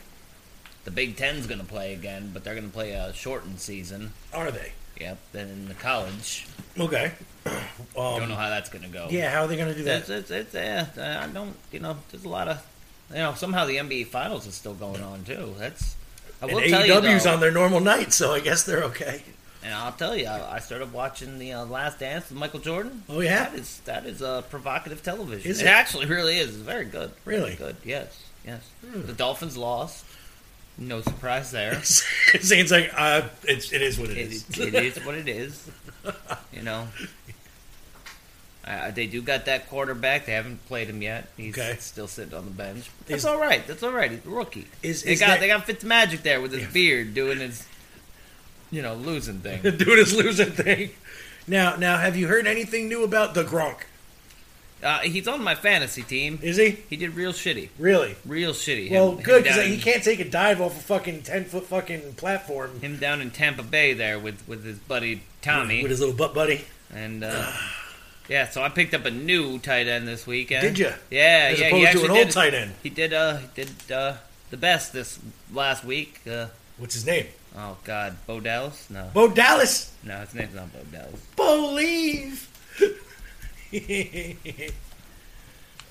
The Big Ten's gonna play again, but they're gonna play a shortened season.
Are they?
Yep. Then in the college,
Okay.
don't know
Um,
how that's gonna go.
yeah, how are they going to do that?
It's, it's, it's, yeah, I don't, you know, there's a lot of, you know, somehow the NBA Finals is still going on too. That's, I
And
will tell you
AEW's
though,
on their normal night, so I guess they're okay.
and I'll tell you, I, I started watching the uh, Last Dance with Michael Jordan.
Oh, yeah?
that is that is uh, provocative television.
Is
it,
it?
actually really is. It's very good.
Really? Hmm.
good. Yes, yes. The Dolphins lost. No surprise there.
Zane's like, uh, it's, it is what
it, it is what it is. You know, uh, they do got that quarterback. They haven't played him yet. He's
Okay.
still sitting on the bench. That's
Is-
all right. That's all right. He's a rookie.
Is-
they
is
got
that-
they got Fitzmagic there with his beard doing his, you know, losing thing.
Dude is losing thing. Now, now, have you heard anything new about the Gronk?
Uh, he's on my fantasy team.
Is he
He did real shitty,
really?
real shitty. Him-
Well,
him
good because
down
he
in-
can't take a dive off a fucking ten foot fucking platform
Him down in Tampa Bay there with with his buddy Tommy
with his little butt buddy.
and. Uh, Yeah, so I picked up a new tight end this weekend.
Did ya?
Yeah,
As
yeah. he
opposed to
actually
an old
did-
tight end.
He did uh he did uh the best this last week. Uh,
What's his name?
oh God, Bo Dallas? No,
Bo Dallas.
no, his name's not Bo Dallas.
Bo leave.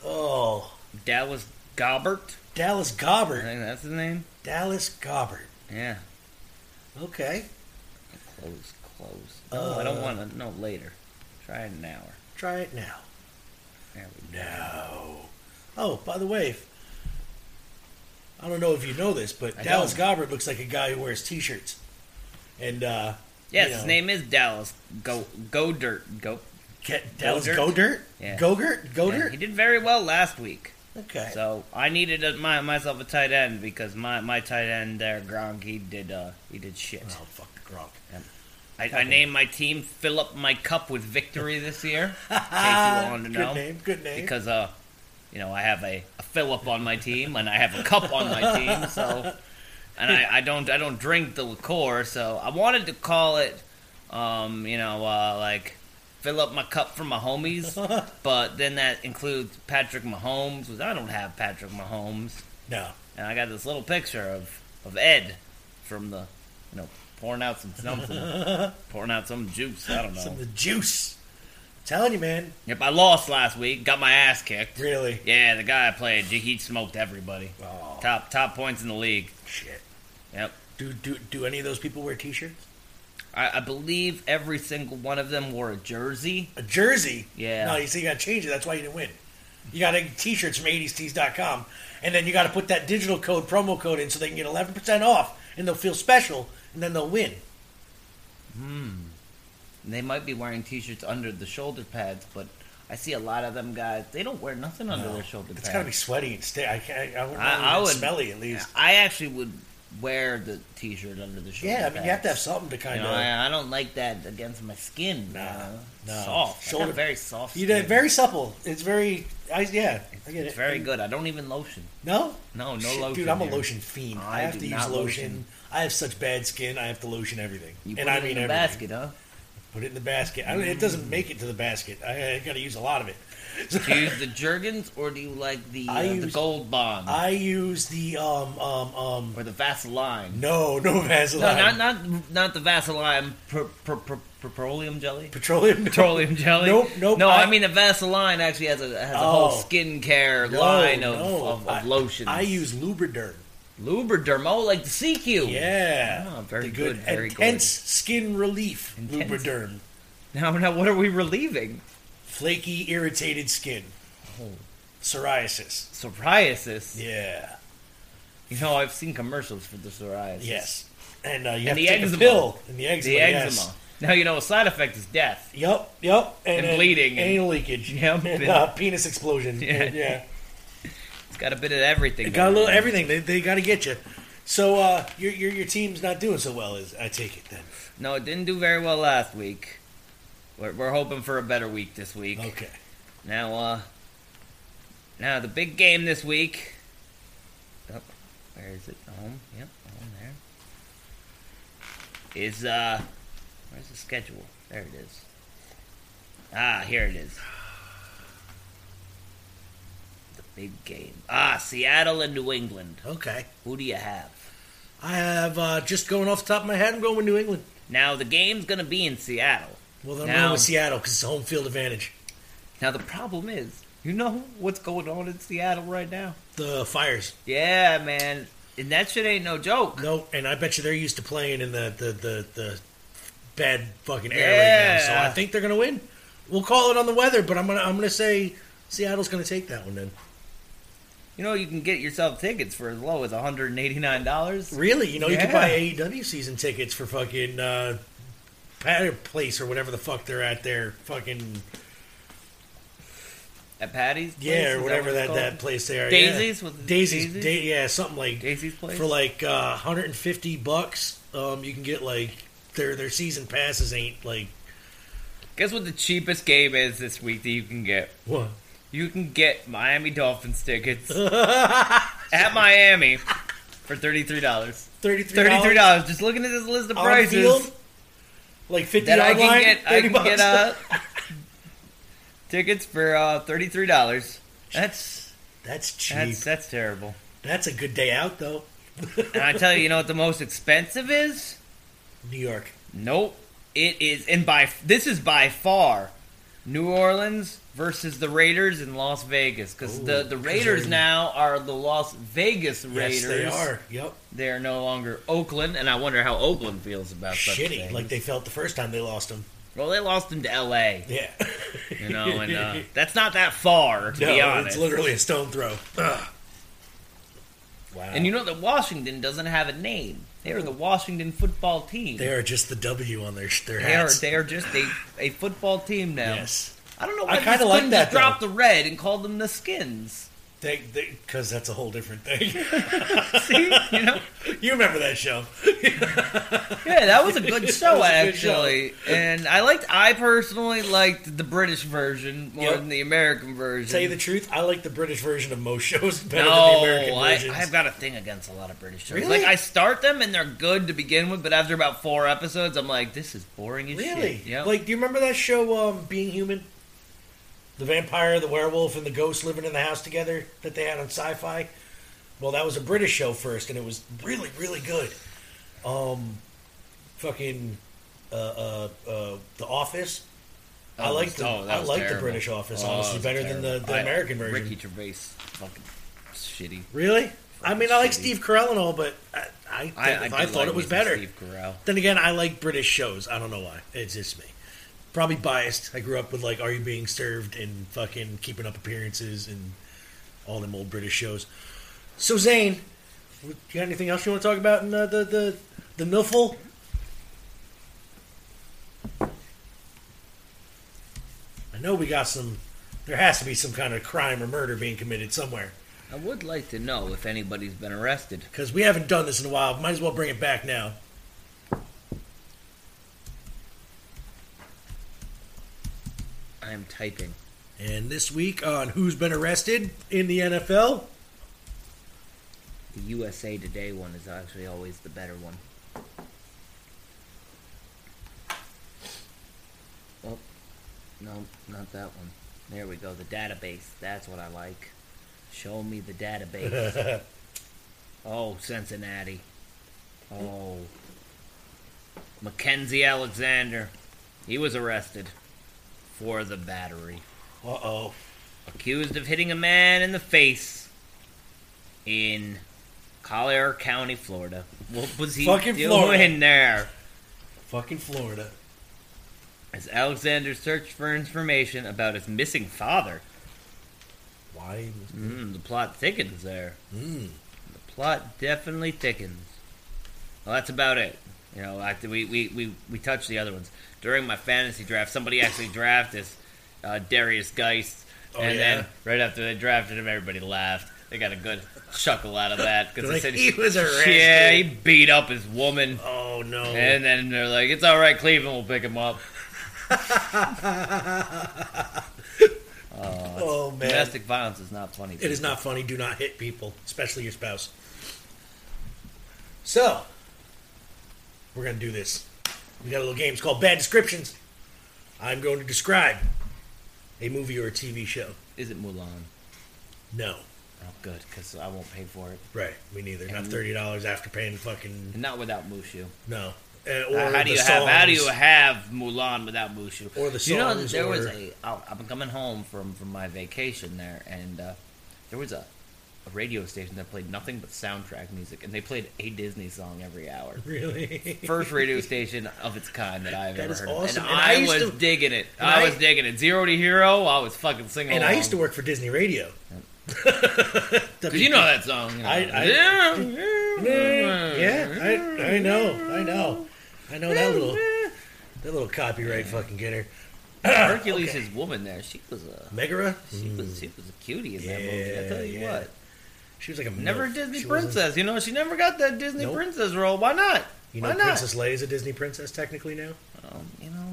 oh,
Dallas Gobbert?
Dallas
I
Gobbert.
think that's his name.
Dallas Gobbert.
Yeah,
Okay.
close, close. No, I
Uh,
don't want to. No, later. Try it an hour.
Try it now.
There we go.
No. Oh, by the way, if- I don't know if you know this, but
I
Dallas Gobbert looks like a guy who wears T-shirts. And uh,
Yes,
you know,
his name is Dallas Go Go Dirt Go.
Get Dallas Godert.
Goedert? Yeah.
Gogurt.
Yeah,
Godert.
he did very well last week.
okay. Oh,
So I needed a, my, myself a tight end because my, my tight end there, Gronk, he did uh, he did shit.
oh fuck, Gronk.
I, I named my team fill up my cup with victory this year. in case you wanted to
Good
know,
name. Good name.
because uh, you know I have a, a fill up on my team and I have a cup on my team. So, and I, I don't I don't drink the liqueur. So I wanted to call it, um, you know, uh, like fill up my cup for my homies. but then that includes Patrick Mahomes, which I don't have Patrick Mahomes
no.
and I got this little picture of, of Ed from the, you know, pouring out some something, pouring out some juice. I don't know.
Some of the juice. telling you, man.
Yep, I lost last week. Got my ass kicked.
Really.
Yeah, the guy I played, he- he smoked everybody.
Oh
Top top points in the league.
shit.
Yep.
Do do do any of those people wear T-shirts?
I, I believe every single one of them wore a jersey.
A jersey.
Yeah.
No, you see, you got to change it. That's why you didn't win. You got to get T-shirts from 80stees.com, and then you got to put that digital code promo code in so they can get 11% off, and they'll feel special, and then they'll win.
And they might be wearing t-shirts under the shoulder pads, but I see a lot of them guys, they don't wear nothing under their shoulder
It's
pads.
got to be sweaty and stay. I can't. I, wouldn't
I, I would
smelly at least.
I actually would wear the t-shirt under the shoulder.
Yeah, I mean you have to
pads.
have something to kind
You know,
of.
I, I don't like that against my skin. you
Nah,
know.
no.
soft. I got
Shoulder-
very soft.
You
skin.
did very supple. It's very. I, yeah, I get
It's
it.
very good. I don't even lotion.
No,
No, no
Shit,
lotion.
Dude, I'm a
here.
lotion fiend. I,
I
have
do
to use
not
lotion.
lotion.
I have such bad skin. I have to lotion everything,
You put
and
it
I
in
mean
the
everything.
basket, huh?
Put it in the basket. I don't, it doesn't make it to the basket. I, I got to use a lot of it.
Do you use the Jergens or do you like the uh,
I
the
use-
Gold Bond
I use the um um um.
or the Vaseline?
No, no Vaseline.
No, not not not the Vaseline. Pr- pr- pr- petroleum jelly.
petroleum.
Petroleum jelly.
Nope, nope,
No,
I-
I, mean the Vaseline actually has a has a
Oh.
whole skincare
No,
line of,
no.
of,
I-
of lotions.
I use Lubriderm.
Lubriderm. Oh, like the CQ.
Yeah,
Oh, very
The
good, very good.
intense skin relief.
Intense.
Lubriderm,
Now, now, what are we relieving?
flaky, irritated skin,
Oh.
psoriasis.
Psoriasis.
Yeah.
You know, I've seen commercials for the psoriasis.
Yes. And uh, you have
the
to take a
eczema.
pill. And the eczema.
The eczema.
Yes.
Now you know a side effect is death.
Yep. Yep.
And
then
bleeding and-
anal leakage.
Yep.
And, uh, penis explosion.
Yeah.
And, yeah.
It's got a bit of everything.
Got a
going
little
on.
everything. They, they got to get you. So uh, your, your your team's not doing so well. Is I take it then?
No, it didn't do very well last week. We're, we're hoping for a better week this week.
Okay.
Now, uh, now the big game this week Where is it? Home. Yep, home there. Is uh, where's the schedule? There it is. Ah, here it is. The big game. Ah, Seattle and New England.
Okay.
Who do you have?
I have uh, just going off the top of my head. I'm going with New England.
Now the game's gonna be in Seattle.
Well, then I'm
Now-
going with Seattle because it's home field advantage.
Now the problem is, you know what's going on in Seattle right now?
The fires.
Yeah, man, and that shit ain't no joke.
No, and I bet you they're used to playing in the the the, the bad fucking air right now. So I
Yeah.
think they're gonna win. We'll call it on the weather, but I'm gonna I'm gonna say Seattle's gonna take that one then.
You know you can get yourself tickets for as low as one hundred and eighty nine dollars.
Really? You know, you can
Yeah.
buy AEW season tickets for fucking uh, Patter Place or whatever the fuck they're at there. Fucking
At Patty's? Place?
yeah,
Is
or whatever
what it's
that, that
called?
place they are.
Daisy's?
yeah.
Was it
Daisy's,
Daisy's?
Da- yeah, something like
Daisy's place?
for like uh, 150 bucks. Um, you can get like their their season passes ain't like
Guess what the cheapest game is this week that you can get?
what.
You can get Miami Dolphins tickets at Miami for thirty three dollars.
Thirty-three
Thirty three dollars. Just looking at this list of
on
prices.
field, like fifty
that I
yard
can
line,
get. I
30
can
bucks.
get uh, tickets for uh, thirty three dollars. That's
that's cheap.
that's
That's,
that's terrible.
a good day out though.
And I tell you, you know what the most expensive is?
New York.
Nope. It is, and by this is by far New Orleans versus the Raiders in Las Vegas because
Ooh,
the the
'cause
Raiders
they're-
now are the Las Vegas Raiders.
Yes, they are. Yep.
They are no longer Oakland, and I wonder how Oakland feels about such
Shitty,
things.
like they felt the first time they lost them.
well, they lost them to L.A.
Yeah.
You know, and uh, that's not that far to be honest.
it's literally a stone throw. Ugh. Wow.
And you know that Washington doesn't have a name. They are the Washington football team.
they are just the W on their their
They are,
hats.
they are just a, a football team now.
yes.
I don't know
I
why
kinda
they
like
couldn't
that,
just drop the red and call them the Skins.
They because that's a whole different thing.
See, you know,
you remember that show?
yeah, that was a good show
That was a good show.
actually, and I liked. I personally liked the British version more
Yep.
than the American version.
Tell you the truth, I like the British version of most shows better
no,
than the American
I,
versions.
I've got a thing against a lot of British shows.
Really?
Like I start them and they're good to begin with, but after about four episodes, I'm like, this is boring as
Really?
shit. Yep.
Like, do you remember that show, um, Being Human? The vampire, the werewolf, and the ghost living in the house together that they had on sci fi? Well, that was a British show first, and it was really, really good. Um, fucking, uh, uh, uh, The Office. I
Oh,
like
this-
the
oh, that
I
was
like the
terrible.
British Office
Oh, that
honestly
was
better than the,
terrible.
the
I-
American version.
Ricky Gervais, fucking shitty.
Really? I mean, I like
Shitty.
Steve Carell and all, but I I, think-
I, I,
I
do
thought
like
it was
me some
better.
Steve Carell.
Then again, I like British shows. I don't know why. It's just me. Probably biased. I grew up with like Are You Being Served and fucking Keeping Up Appearances and all them old British shows. So Zane, you got anything else you want to talk about in uh, the the the Miffle? I know we got some. There has to be some kind of crime or murder being committed somewhere
I would like to know if anybody's been arrested.
because we haven't done this in a while. Might as well bring it back now.
I am typing.
And this week on Who's Been Arrested in the NFL,
The USA Today one is actually always the better one. Oh, no, not that one. There we go. The database. That's what I like. Show me the database. oh, Cincinnati. Oh. Mackenzie Alexander. He was arrested for the battery
Uh oh.
accused of hitting a man in the face in Collier County, Florida. What was he
Fucking
doing
Florida.
there?
Fucking Florida.
As Alexander searched for information about his missing father,
Why?
mm, the plot thickens there.
Mm.
The plot definitely thickens. Well, that's about it. You know, I, we, we, we, we touched the other ones. During my fantasy draft, somebody actually drafted this uh, Darius Geist.
Oh,
and
yeah?
then right after they drafted him, everybody laughed. They got a good chuckle out of that. because
They're like,
they said,
"He was arrested."
Yeah, he beat up his woman.
Oh no.
And then they're like, it's all right, Cleveland will pick him up.
oh man.
Domestic violence is not funny.
Oh, It is not funny. Do not hit people, especially your spouse. So, we're going to do this. We got a little game. It's called Bad Descriptions. I'm going to describe a movie or a TV show.
Is it Mulan?
No.
Oh, good, because I won't pay for it.
Right. Me neither. Not $30 after paying fucking.
And not without Mushu.
No. Uh, or
Uh, how do you
the
have how do you
songs.
have Mulan without Mushu?
Or the
you know that
songs,
there was
or-
a oh, I'm coming home from from my vacation there, and uh, there was a, a radio station that played nothing but soundtrack music, and they played a Disney song every hour.
Really?
First radio station of its kind that I've
That
ever
is
heard
awesome,
of, and,
and
I,
I used
was
to-
digging it.
and
I,
I-
was digging it. Zero to hero, I was fucking singing.
and I used to work for Disney Radio.
because you know that song. You know.
I- I- Yeah, I, I know, I know, I know that little that little copyright fucking getter.
Hercules' woman there, she was a
Megara,
she was she was a cutie in that movie. I
Yeah,
tell you
yeah.
what.
she was like a
Never a
milf.
Disney
She wasn't-
princess. You know, she never got that Disney
Nope.
princess role. Why not?
You know,
Why not?
Princess Leia is a Disney princess technically now.
Um, you know,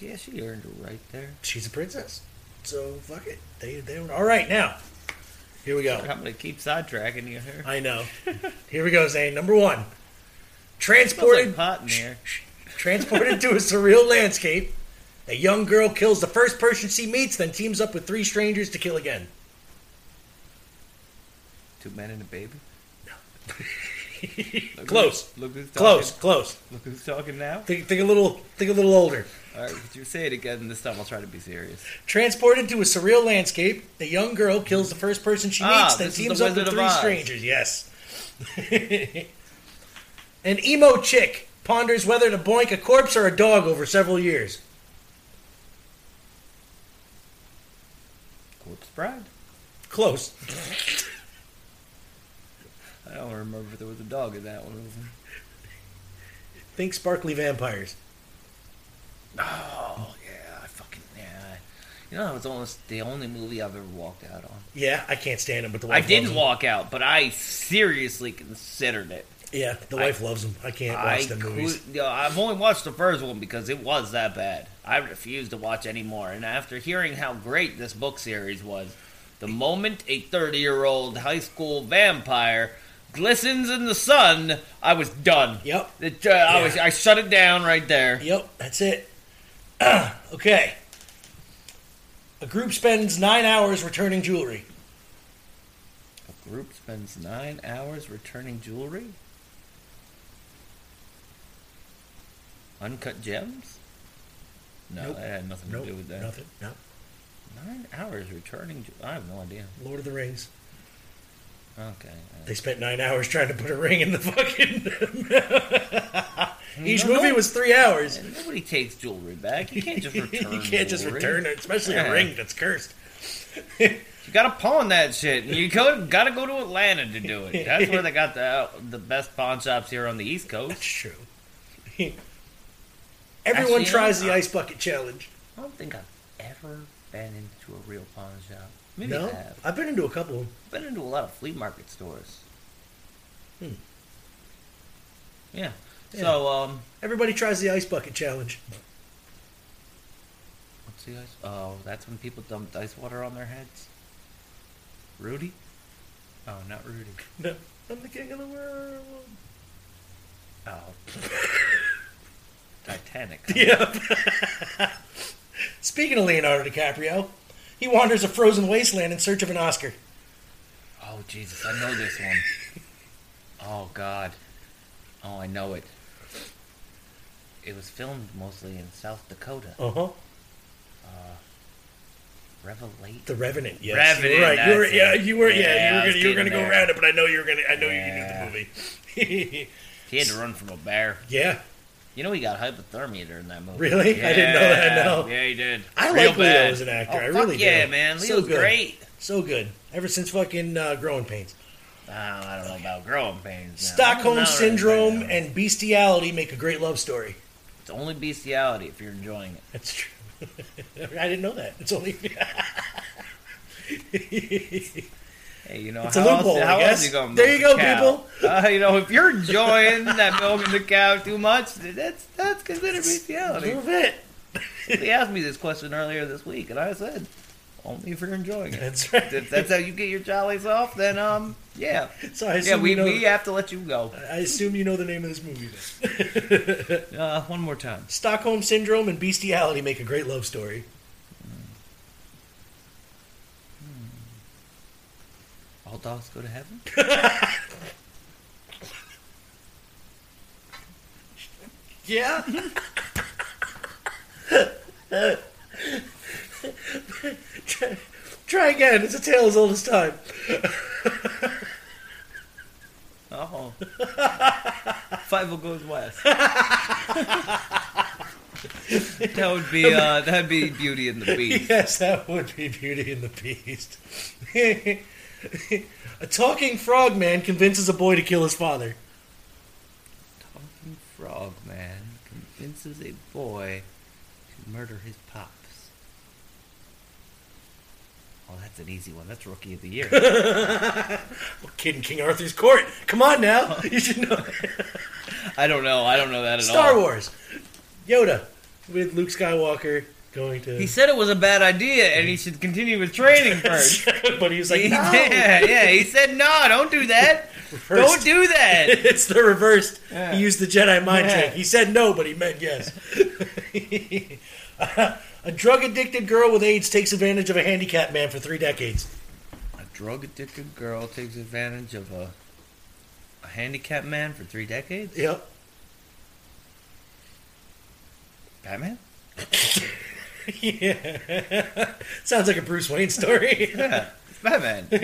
yeah, she earned her right there.
She's a princess, so fuck it. They they were all right now. Here we go.
I'm gonna keep sidetracking you here.
I know. Here we go, Zane. Number one,
Smells like
transported
pot in here.
Transported to a surreal landscape, a young girl kills the first person she meets, then teams up with three strangers to kill again.
Two men and a baby. Look
Close.
who's- look who's talking.
Close, close.
Look who's talking now.
Think, think a little, think a little older.
All right, could you say it again? This time I'll try to be serious.
Transported to a surreal landscape, a young girl kills the first person she meets,
Ah,
then
this is
teams
the
up with
Wizard of
three
Oz.
strangers. Yes. An emo chick ponders whether to boink a corpse or a dog over several years.
Corpse Bride.
Close.
I don't remember if there was a dog in that one. Was there?
Think sparkly vampires.
Oh yeah, I fucking yeah. You know, that was almost the only movie I've ever walked out on.
Yeah, I can't stand them, but the
I
wife
did
loves 'em.
walk out, but I seriously considered it.
Yeah, the wife loves them. I can't watch
I
them movies.
could- you know, I've only watched the first one because it was that bad. I refused to watch any more. And after hearing how great this book series was, the moment a 30 year old high school vampire glistens in the sun, I was done.
Yep.
It, uh, I, was, I shut it down right there.
Yep, that's it. okay. A group spends nine hours returning jewelry.
A group spends nine hours returning jewelry? Uncut gems? No,
Nope.
that had nothing
Nope,
to do with that.
nothing. No,
Nine hours returning. Ju- I have no idea.
Lord of the Rings.
Okay. uh,
They spent nine hours trying to put a ring in the fucking. Each
No,
movie
no.
was three hours.
and nobody takes jewelry back. You can't just return.
you can't just
jewelry.
return it, especially
Yeah.
a ring that's cursed.
You gotta pawn that shit. You go, gotta go to Atlanta to do it. That's where they got the the best pawn shops here on the East
That's
Coast.
true. Everyone
Actually,
tries
no,
the
no.
ice bucket challenge.
I don't think I've ever been into a real pawn shop. Maybe I
No,
have.
I've been into a couple of them.
I've been into a lot of flea market stores.
Hmm.
Yeah.
Yeah.
So um,
Everybody tries the ice bucket challenge.
what's the ice? Oh, that's when people dumped ice water on their heads. Rudy? Oh, not Rudy.
No, I'm the king of the world.
Oh. Titanic.
Yep. Speaking of Leonardo DiCaprio, he wanders a frozen wasteland in search of an Oscar.
Oh Jesus, I know this one. Oh God. Oh, I know it. It was filmed mostly in South Dakota.
Uh huh.
Revelate.
The Revenant. Yes,
Revenant,
You were right. You were,
that's
yeah,
it.
you were. Yeah,
Yeah, I was
you were gonna. You were gonna
getting
go
there.
around it, but I know you were gonna. I know
Yeah.
you knew the movie.
He had to run from a bear.
yeah.
You know he got hypothermia during that movie.
Really? I didn't know that,
Yeah,
no.
Yeah, he did.
I
Real
like Leo
bad.
as an actor,
Oh,
I
fuck
really do.
yeah, man.
So
Leo's
good.
great.
So good. Ever since fucking uh, Growing Pains,
Oh, I don't know about growing pains. now.
Stockholm
I don't know right
syndrome
now.
and bestiality make a great love story.
it's only bestiality if you're enjoying it.
That's true. I didn't know that. It's only.
Hey, you know,
It's a
how
loophole,
else, how
I
else
guess.
you gonna
There you
milk a
go,
cow? Uh, you know, if you're enjoying that milking the cow too much, that's that's considered
a
bestiality.
little bit.
They asked me this question earlier this week, and I said, Only if you're enjoying it.
That's right.
if that's how you get your jollies off, then um, yeah,
So I
yeah,
assume
we,
you know,
we have to let you go.
I assume you know the name of this movie. Then.
Uh, one more time.
Stockholm syndrome and bestiality make a great love story.
All dogs go to heaven.
Yeah. try, try again. It's a tale as old as time.
Oh, five will goes west. that would be uh, that would be Beauty and the Beast.
Yes, that would be Beauty and the Beast. a talking frog man convinces a boy to kill his father.
Talking frog man convinces a boy to murder his pops. Oh, that's an easy one. That's rookie of the year.
Kid in King Arthur's court. Come on now. You should know.
I don't know. I don't know that at all.
Star Wars. Yoda with Luke Skywalker going to.
He said it was a bad idea, and he should continue his training first.
but he was like,
He
no.
did. yeah. He said, "No, don't do that.
First.
Don't do that."
it's the reversed.
Yeah.
He used the Jedi mind
Yeah.
trick. He said no, but he meant yes. a drug addicted girl with AIDS takes advantage of a handicapped man for three decades.
A drug addicted girl takes advantage of a a handicapped man for three decades.
Yep.
Batman.
yeah. Sounds like a Bruce Wayne story.
Yeah, it's Batman. um,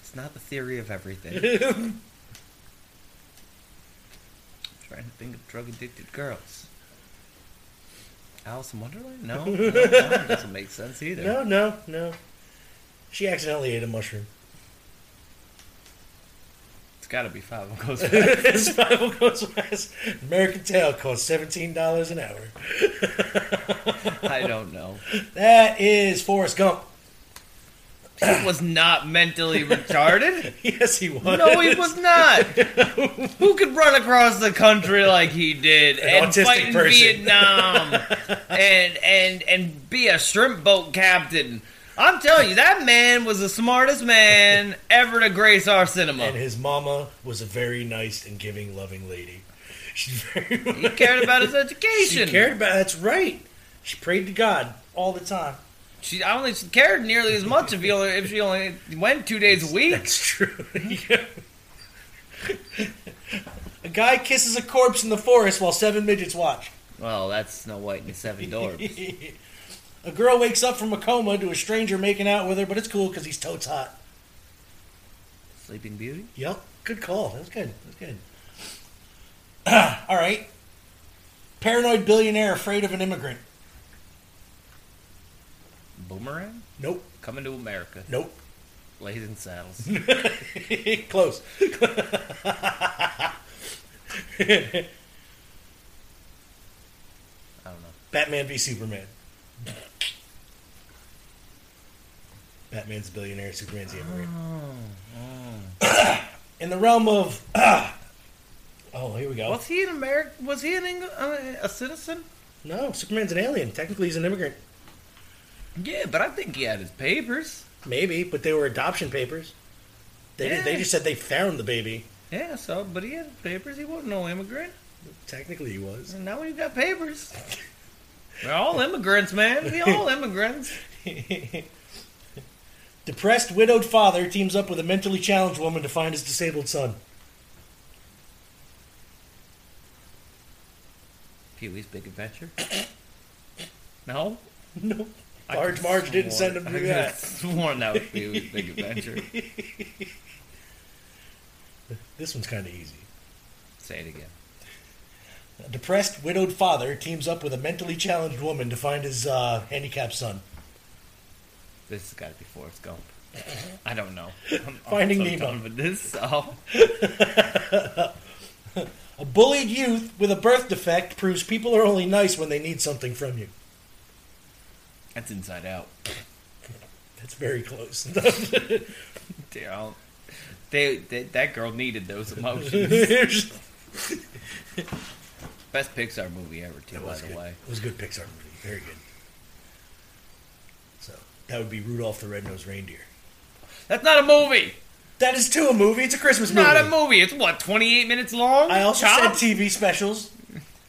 it's not the theory of everything. I'm trying to think of drug addicted girls. Alice in Wonderland? No, no, that one doesn't make sense either.
no, no, no. She accidentally ate a mushroom.
It's got to be Five of Goes
Survival goes west. American Tail costs seventeen dollars an hour.
I don't know.
That is Forrest Gump.
He was not mentally retarded.
Yes, he was.
No, he was not. Who could run across the country like he did
An
and
autistic
fight in
person.
Vietnam and and and be a shrimp boat captain? I'm telling you, that man was the smartest man ever to grace our
And
cinema.
his mama was a very nice and giving, loving lady. She very
He cared about his
She
education.
cared about. That's right. She prayed to God all the time.
She I only she cared nearly as much if he only if she only went two days a week.
That's true. a guy kisses a corpse in the forest while seven midgets watch.
Well, that's Snow White and the Seven Dwarfs.
A girl wakes up from a coma to a stranger making out with her, but it's cool because he's totes hot.
Sleeping Beauty.
Yep. Good call. That's good. That's good. all right. Paranoid billionaire afraid of an immigrant.
Boomerang.
Nope.
Coming to America.
Nope.
Blazing Saddles.
Close.
I don't know.
Batman v Superman. Batman's a billionaire, Superman's the immigrant. In the realm of. oh, here we go.
Was he an American? Was he an Eng- uh, a citizen?
No, Superman's an alien. Technically, he's an immigrant.
Yeah, but I think he had his papers.
Maybe, but they were adoption papers. They, did- they
Yeah.
just said they found the baby.
Yeah, so but he had his papers. He wasn't no immigrant.
Technically, he was.
And now when you got papers, we're all immigrants, man. We all immigrants.
Depressed, widowed father teams up with a mentally challenged woman to find his disabled son.
Pee Wee's Big Adventure. No,
No. Large Marge didn't send him to
I
do
could
that.
have Sworn that was Pee Wee's Big Adventure.
This one's kind of easy.
Say it again.
A depressed, widowed father teams up with a mentally challenged woman to find his uh, handicapped son.
This has got to be Forrest Gump. I don't know. I'm,
Finding
I'm so
Nemo.
done with this. So.
A bullied youth with a birth defect proves people are only nice when they need something from you.
That's Inside Out.
That's very close.
They all- They, they, that girl needed those emotions.
it
Best Pixar movie ever, too, by
was
the
good.
way.
It was a good Pixar movie. Very good. That would be Rudolph the Red-Nosed Reindeer.
That's not a movie.
That is too a movie. It's a Christmas
It's
movie.
not a movie. It's what, 28 minutes long?
I also
Chop?
said TV specials.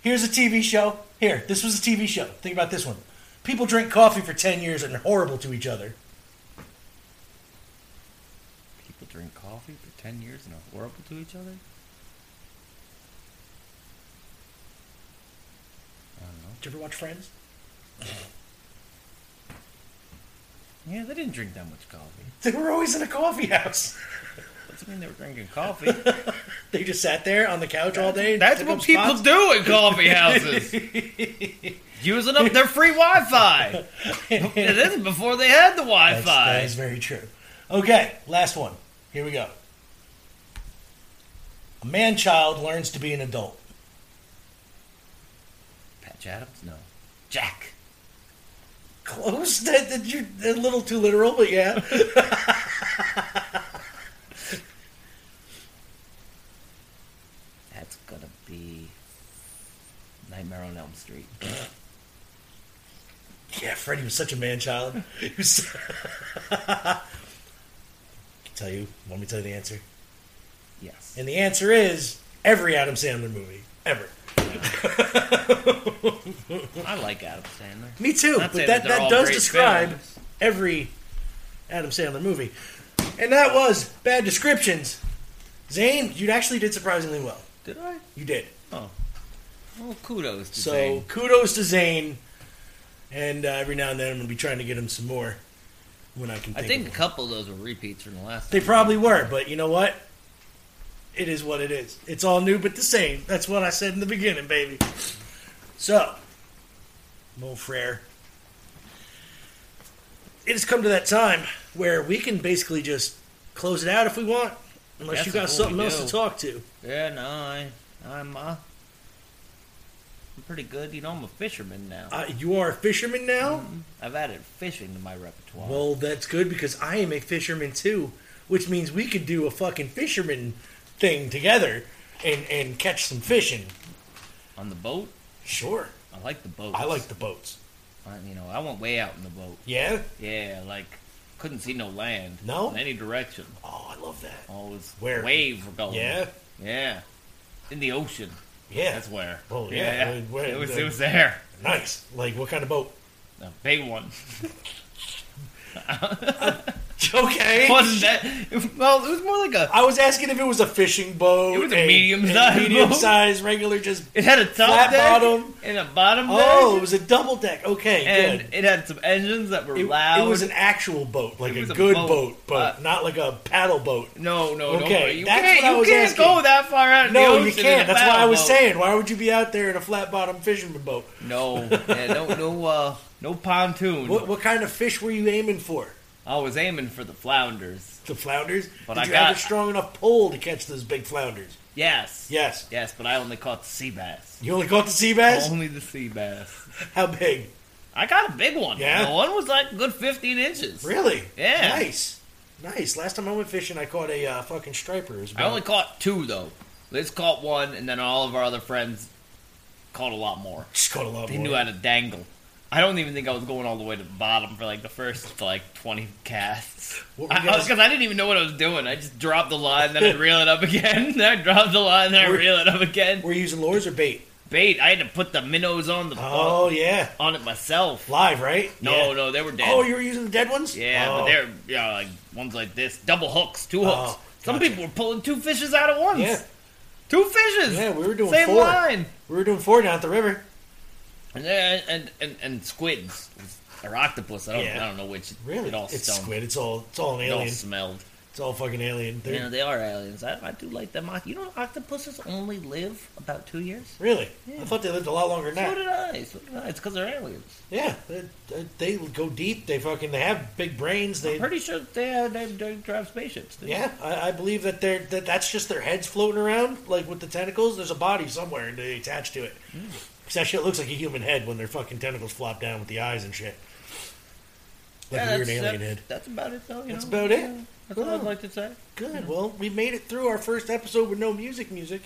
Here's a TV show. Here, this was a TV show. Think about this one. People drink coffee for 10 years and are horrible to each other.
People drink coffee for 10 years and are horrible to each other?
Did you ever watch Friends?
Yeah, they didn't drink that much coffee.
They were always in a coffee house.
Doesn't mean they were drinking coffee.
They just sat there on the couch all day. and
That's
took
what
up
people
spots.
do in coffee houses. Using up their free Wi-Fi. this is before they had the Wi-Fi.
That's, that is very true. Okay, last one. Here we go. A man child learns to be an adult.
Patch Adams? No. Jack.
Close. That, that you're a little too literal, but yeah.
That's gonna be Nightmare on Elm Street.
Yeah, Freddie was such a man child. He was- tell you, want me to tell you the answer?
Yes.
And the answer is every Adam Sandler movie ever.
I like Adam Sandler.
Me too,
Not
but
saying
that,
that they're
that
all
does
great
describe
films.
every Adam Sandler movie. And that was bad descriptions. Zane, you actually did surprisingly well.
Did I?
You did.
Oh. Well, kudos to
So
Zane.
kudos to Zane. And uh, every now and then I'm going to be trying to get him some more when I can.
I
Think
think
of
a
one.
couple of those were repeats from the last
They
time.
probably were, but you know what? It is what it is. It's all new but the same. That's what I said in the beginning, baby. So, Mo Frere, it has come to that time where we can basically just close it out if we want, unless
That's
you got
what we
something else
do.
to talk to.
Yeah, no, I, I'm, uh, I'm pretty good. You know, I'm a fisherman now.
Uh, you are a fisherman now?
I've added fishing to my repertoire.
Well, that's good because I am a fisherman too, which means we could do a fucking fisherman thing together and, and catch some fishing.
on the boat,
Sure.
I like the boat.
I like the boats.
I, you know, I went way out in the boat.
Yeah?
Yeah, like couldn't see no land.
No?
in any direction.
Oh, I love that.
Always
Where?
wave were going.
Yeah?
yeah, in the ocean.
Yeah.
That's where.
Oh, yeah, where- where-
it was.
the-
It was there.
nice. Like, what kind of boat?
A big one.
Okay.
Wasn't that? Well, it was more like a.
I was asking if it was a fishing boat.
It was a medium-sized boat.
medium sized, regular, just.
It had a top
Flat
deck
bottom.
and a bottom
Oh, it
deck,
was a double deck. Okay,
and
good.
it had some engines that were
It,
loud.
it was an actual boat, like
It
a
was a
good
boat,
boat, but
but-
not like a paddle boat.
No, no,
Okay,
don't worry. You
that's
can't,
what I
you
was
can't
asking.
go that far out in the
No,
ocean.
you
in
can't.
a
That's why I
paddle
was
boat.
saying, why would you be out there in a flat bottom fisherman boat?
No, yeah, no, no, uh, no pontoon.
What, what kind of fish were you aiming for?
I was aiming for the flounders.
The flounders?
But
Did
I
you
got-
have a strong enough pole to catch those big flounders?
Yes,
Yes.
yes, but I only caught the sea bass.
You only caught the sea bass?
Only the sea bass.
How big?
I got a big one.
Yeah?
the one was like a good fifteen inches.
Really?
Yeah.
Nice. Nice. Last time I went fishing, I caught a uh, fucking striper. It was
I
about-
only caught two though. Liz caught one, and then all of our other friends caught a lot more.
just caught a lot
They
more.
knew how to dangle. I don't even think I was going all the way to the bottom for like the first like twenty casts.
What were you guys-
Because I, didn't even know what I was doing. I just dropped the line, then I'd reel it up again. Then I'd drop the line, then
Were-
I'd reel it up again.
We're you using lures or bait?
Bait. I had to put the minnows on the
Oh, yeah.
on it myself.
Live, right?
Uh, No,
Yeah.
no, they were dead.
Oh, you were using the dead ones?
yeah,
oh.
but they're yeah like ones like this, double hooks, two
Oh,
hooks. Some
gotcha.
people were pulling two fishes out at once.
Yeah.
Two fishes.
Yeah, we were doing
same
four.
line.
We were doing four down at the river.
And, uh, and and and squids or octopus. I don't
Yeah.
I don't know which.
Really?
It all
it's
stunk.
squid. It's all it's all an
It all
alien.
smelled.
It's all fucking alien. They're-
Yeah, they are aliens. I, I do like them. oc- You know, octopuses only live about two years.
Really? I
Yeah.
thought they lived a lot longer than
So
that.
did I. So did I. It's because they're aliens.
Yeah, they, they they go deep. They fucking they have big brains. They
I'm pretty sure they uh, they, they drive spaceships. didn't
yeah, I, I believe that they're that that's just their heads floating around like with the tentacles. There's a body somewhere and they attach to it.
Hmm.
'Cause that shit looks like a human head when their fucking tentacles flop down with the eyes and shit.
they?
Like
Yeah,
a weird
that's, uh,
alien
that-
head.
That's about it, though. You
That's
know?
about it.
Yeah, That's all I'd
Cool.
like to say.
Good. Well, we made it through our first episode with no music. Music.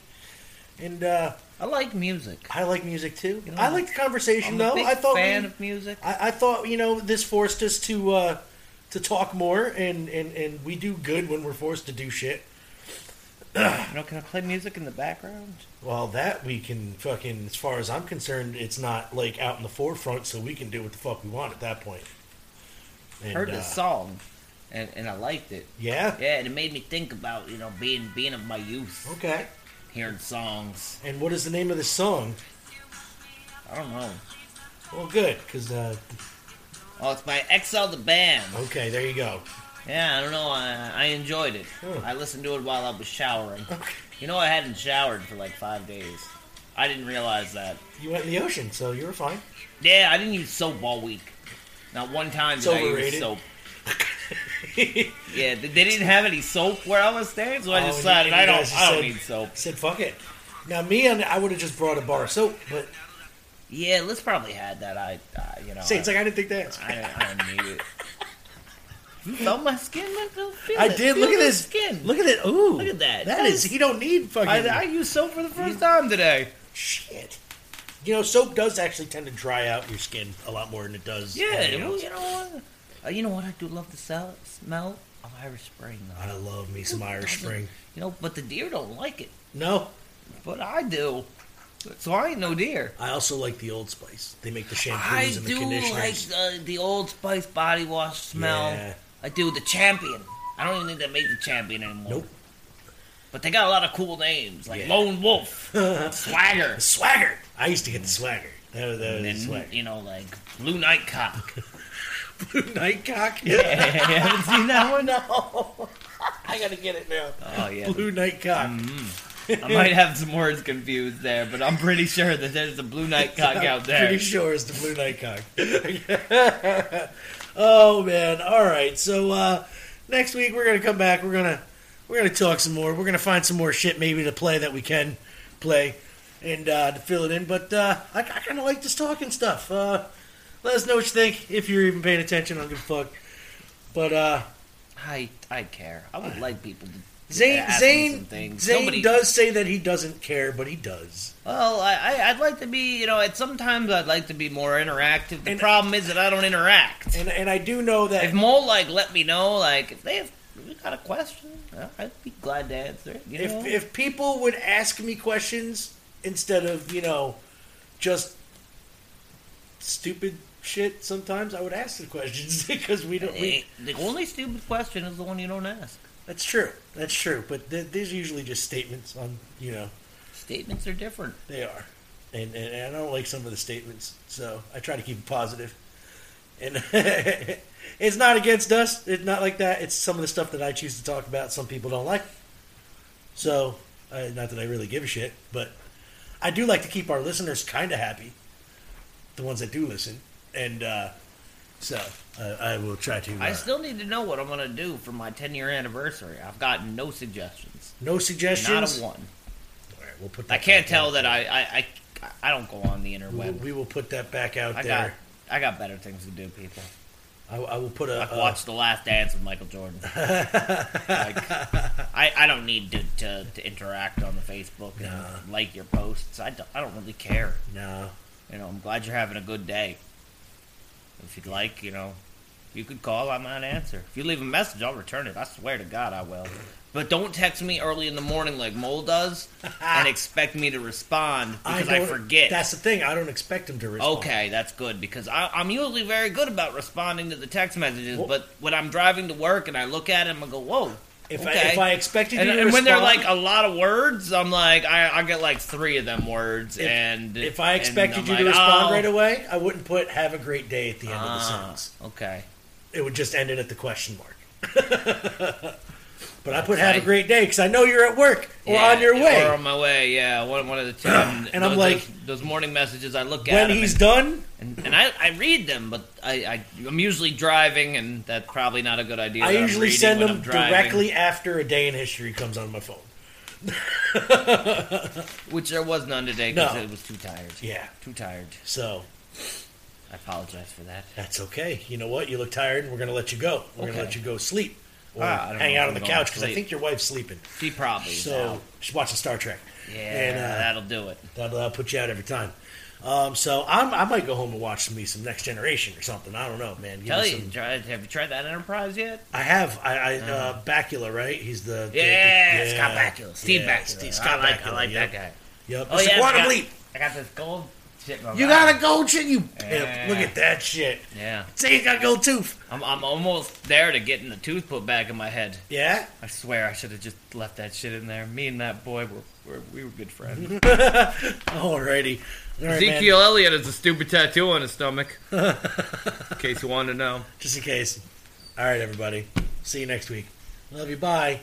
And uh,
I like music.
I like music too.
You know,
I like the conversation
I'm
though.
a big
I thought we-
fan of music.
I, I thought you know this forced us to uh, to talk more, and, and and we do good when we're forced to do shit.
You know, can I play music in the background?
Well, that we can fucking, as far as I'm concerned, it's not like out in the forefront, so we can do what the fuck we want at that point. And,
Heard
uh,
this song, and, and I liked it.
Yeah.
Yeah, and it made me think about you know being being of my youth,
Okay.
hearing songs.
And what is the name of this song?
I don't know.
Well, good, because uh,
Oh, it's by XL the band.
okay, there you go.
Yeah, I don't know. I, I enjoyed it.
Oh.
I listened to it while I was showering.
Okay.
You know, I hadn't showered for like five days. I didn't realize that.
You went in the ocean, so you were fine.
Yeah, I didn't use soap all week. Not one time did
It's
I use
overrated.
soap. Yeah, they they didn't have any soap where I was staying, so I
Oh, and you-
decided
and
I
you
don't.
guys just
I don't
said-
need soap.
Said fuck it. Now me, and I would have just brought a bar of soap, but
Yeah, let's probably had that. I, I you know,
see, it's
I,
like I didn't think that.
I, I don't need it. You felt my skin? I don't feel
I
it.
did.
Feel
Look at
the
this.
skin.
Look at it. Ooh,
Look at that.
That is. He don't need fucking
I, I used soap for the first time today.
shit. You know, soap does actually tend to dry out your skin a lot more than it does.
Yeah,
anything
well,
else.
you know what? Uh, you know what? I do love the sell, smell of Irish Spring, though.
I love me some Irish Spring.
You know, but the deer don't like it,
No,
but I do. So I ain't no deer.
I also like the Old Spice. They make the shampoos
I
and the
do
conditioners.
like the, the Old Spice body wash smell.
Yeah.
I do the Champion. I don't even think they make the Champion anymore.
Nope.
But they got a lot of cool names like
Yeah.
Lone Wolf, Swagger,
The swagger. I used to get the swagger. That was, that was
and
the swagger.
you know like Blue Night Cock.
Blue Nightcock.
you haven't seen that one?
No. I gotta get it now.
Oh yeah.
Blue Nightcock.
I might have some words confused there, but I'm pretty sure that there's a Blue Night Cock out there.
Pretty sure it's the Blue Nightcock. oh man. All right. So uh, next week we're gonna come back. We're gonna we're gonna talk some more. We're gonna find some more shit maybe to play that we can play and uh, to fill it in. But uh, I, I kind of like this talking stuff. Uh, let us know what you think if you're even paying attention. I don't give a fuck. But uh,
I I care. I would like people to
Zane
ask me some
Zane
things.
Zane
Nobody-
does say that he doesn't care, but he does.
Well, I, I I'd like to be. You know, at sometimes I'd like to be more interactive. The
And-
problem is that I don't interact.
And and I do know that
if more like let me know, like if they have if you got a question, uh, I'd be glad to answer it. You know?
if if people would ask me questions instead of you know just stupid shit sometimes i would ask the questions because we don't we,
Eh, the only stupid question is the one you don't ask.
that's true that's true but th- there's usually just statements on you know
Statements are different.
they are and, and, and i don't like some of the statements so i try to keep it positive and it's not against us it's not like that it's some of the stuff that i choose to talk about some people don't like so uh, not that i really give a shit but i do like to keep our listeners kind of happy the ones that do listen and uh, so uh, i will try to
I
uh,
still need to know what I'm gonna do for my 10 year anniversary. I've gotten no suggestions.
no suggestions
Not a one.
All right, we'll put
I
that
can't
back
tell
out
that
there.
I I, I I don't go on the
we will,
interweb.
we will put that back out
I got
there
I got better things to do, people.
I, I will put a uh,
Like
a-
watch The Last Dance with Michael Jordan. like, I I don't need to, to, to interact on the Facebook and
Nah.
like your posts. I don't, I don't really care.
no
You know, I'm glad you're having a good day. If you'd like, you know, you could call. I might answer. If you leave a message, I'll return it. I swear to God, I will. But don't text me early in the morning like Mole does and expect me to respond because I,
don't-
forget.
That's the thing. I don't expect him to respond.
Okay, that's good because I, I'm usually very good about responding to the text messages,
Well-
but when I'm driving to work and I look at them, I go, "Whoa."
If I
okay.
if I expected
and
you to
and when they're
respond-
like a lot of words, I'm like, I, I get like three of them words,
If-
and
if I
"Oh, and
expected
I'm
you to
like,
respond
"Oh,
right away, I wouldn't put "Have a great day" at the end of the
ah,
sentence.
Okay,
It would just end it at the question mark. but I put "Have a
Okay.
great day" because I know you're at work or
Yeah,
on your way.
or on my way, yeah, one one of the two. And,
And I'm
those-
like-
those, those morning messages, I look at
when
'em
he's
and-
done,
and, and I, I read them, but I, I I'm usually driving, and that's probably not a good idea.
I
that I'm
usually
reading
send
when
them
I'm driving.
directly after a day in history comes on my phone.
which there was none today because
No.
it was too tired.
Yeah,
Too tired.
so
I apologize for that.
that's okay. You know what? You look tired, and we're gonna let you go. We're gonna
Okay.
let you go sleep or
Ah, I don't
hang
know
out
if
on the
I'm going
couch
to
because I
sleep.
think your wife's sleeping.
She probably is
So
out.
she's watching Star Trek.
Yeah,
And, uh,
that'll do it.
That'll, that'll put you out every time. Um, so I'm, I might go home and watch me some Next Generation or something. I don't know, man. Give me
Tell you,
some-
try, have you tried that Enterprise yet?
I have. I, I uh, Bakula, right? He's the, the-
Yeah,
the-
Scott Bakula, Steve
Yeah,
Bakula.
Steve- Scott
I like,
Bakula,
I like
yep.
that guy.
Yep.
Oh
It's a
yeah, I
quantum
got,
leap.
I got this gold shit. in my
You
mouth.
got a gold chin, you
Yeah.
pimp. Look at that shit.
Yeah,
Say you got gold tooth.
I'm, I'm almost there to getting the tooth put back in my head.
Yeah.
I swear I should have just left that shit in there. Me and that boy were, were we were good friends.
Alrighty. All right, man.
Ezekiel Elliott has a stupid tattoo on his stomach. in case you wanted to know.
Just in case. All right, everybody. See you next week. Love you. Bye.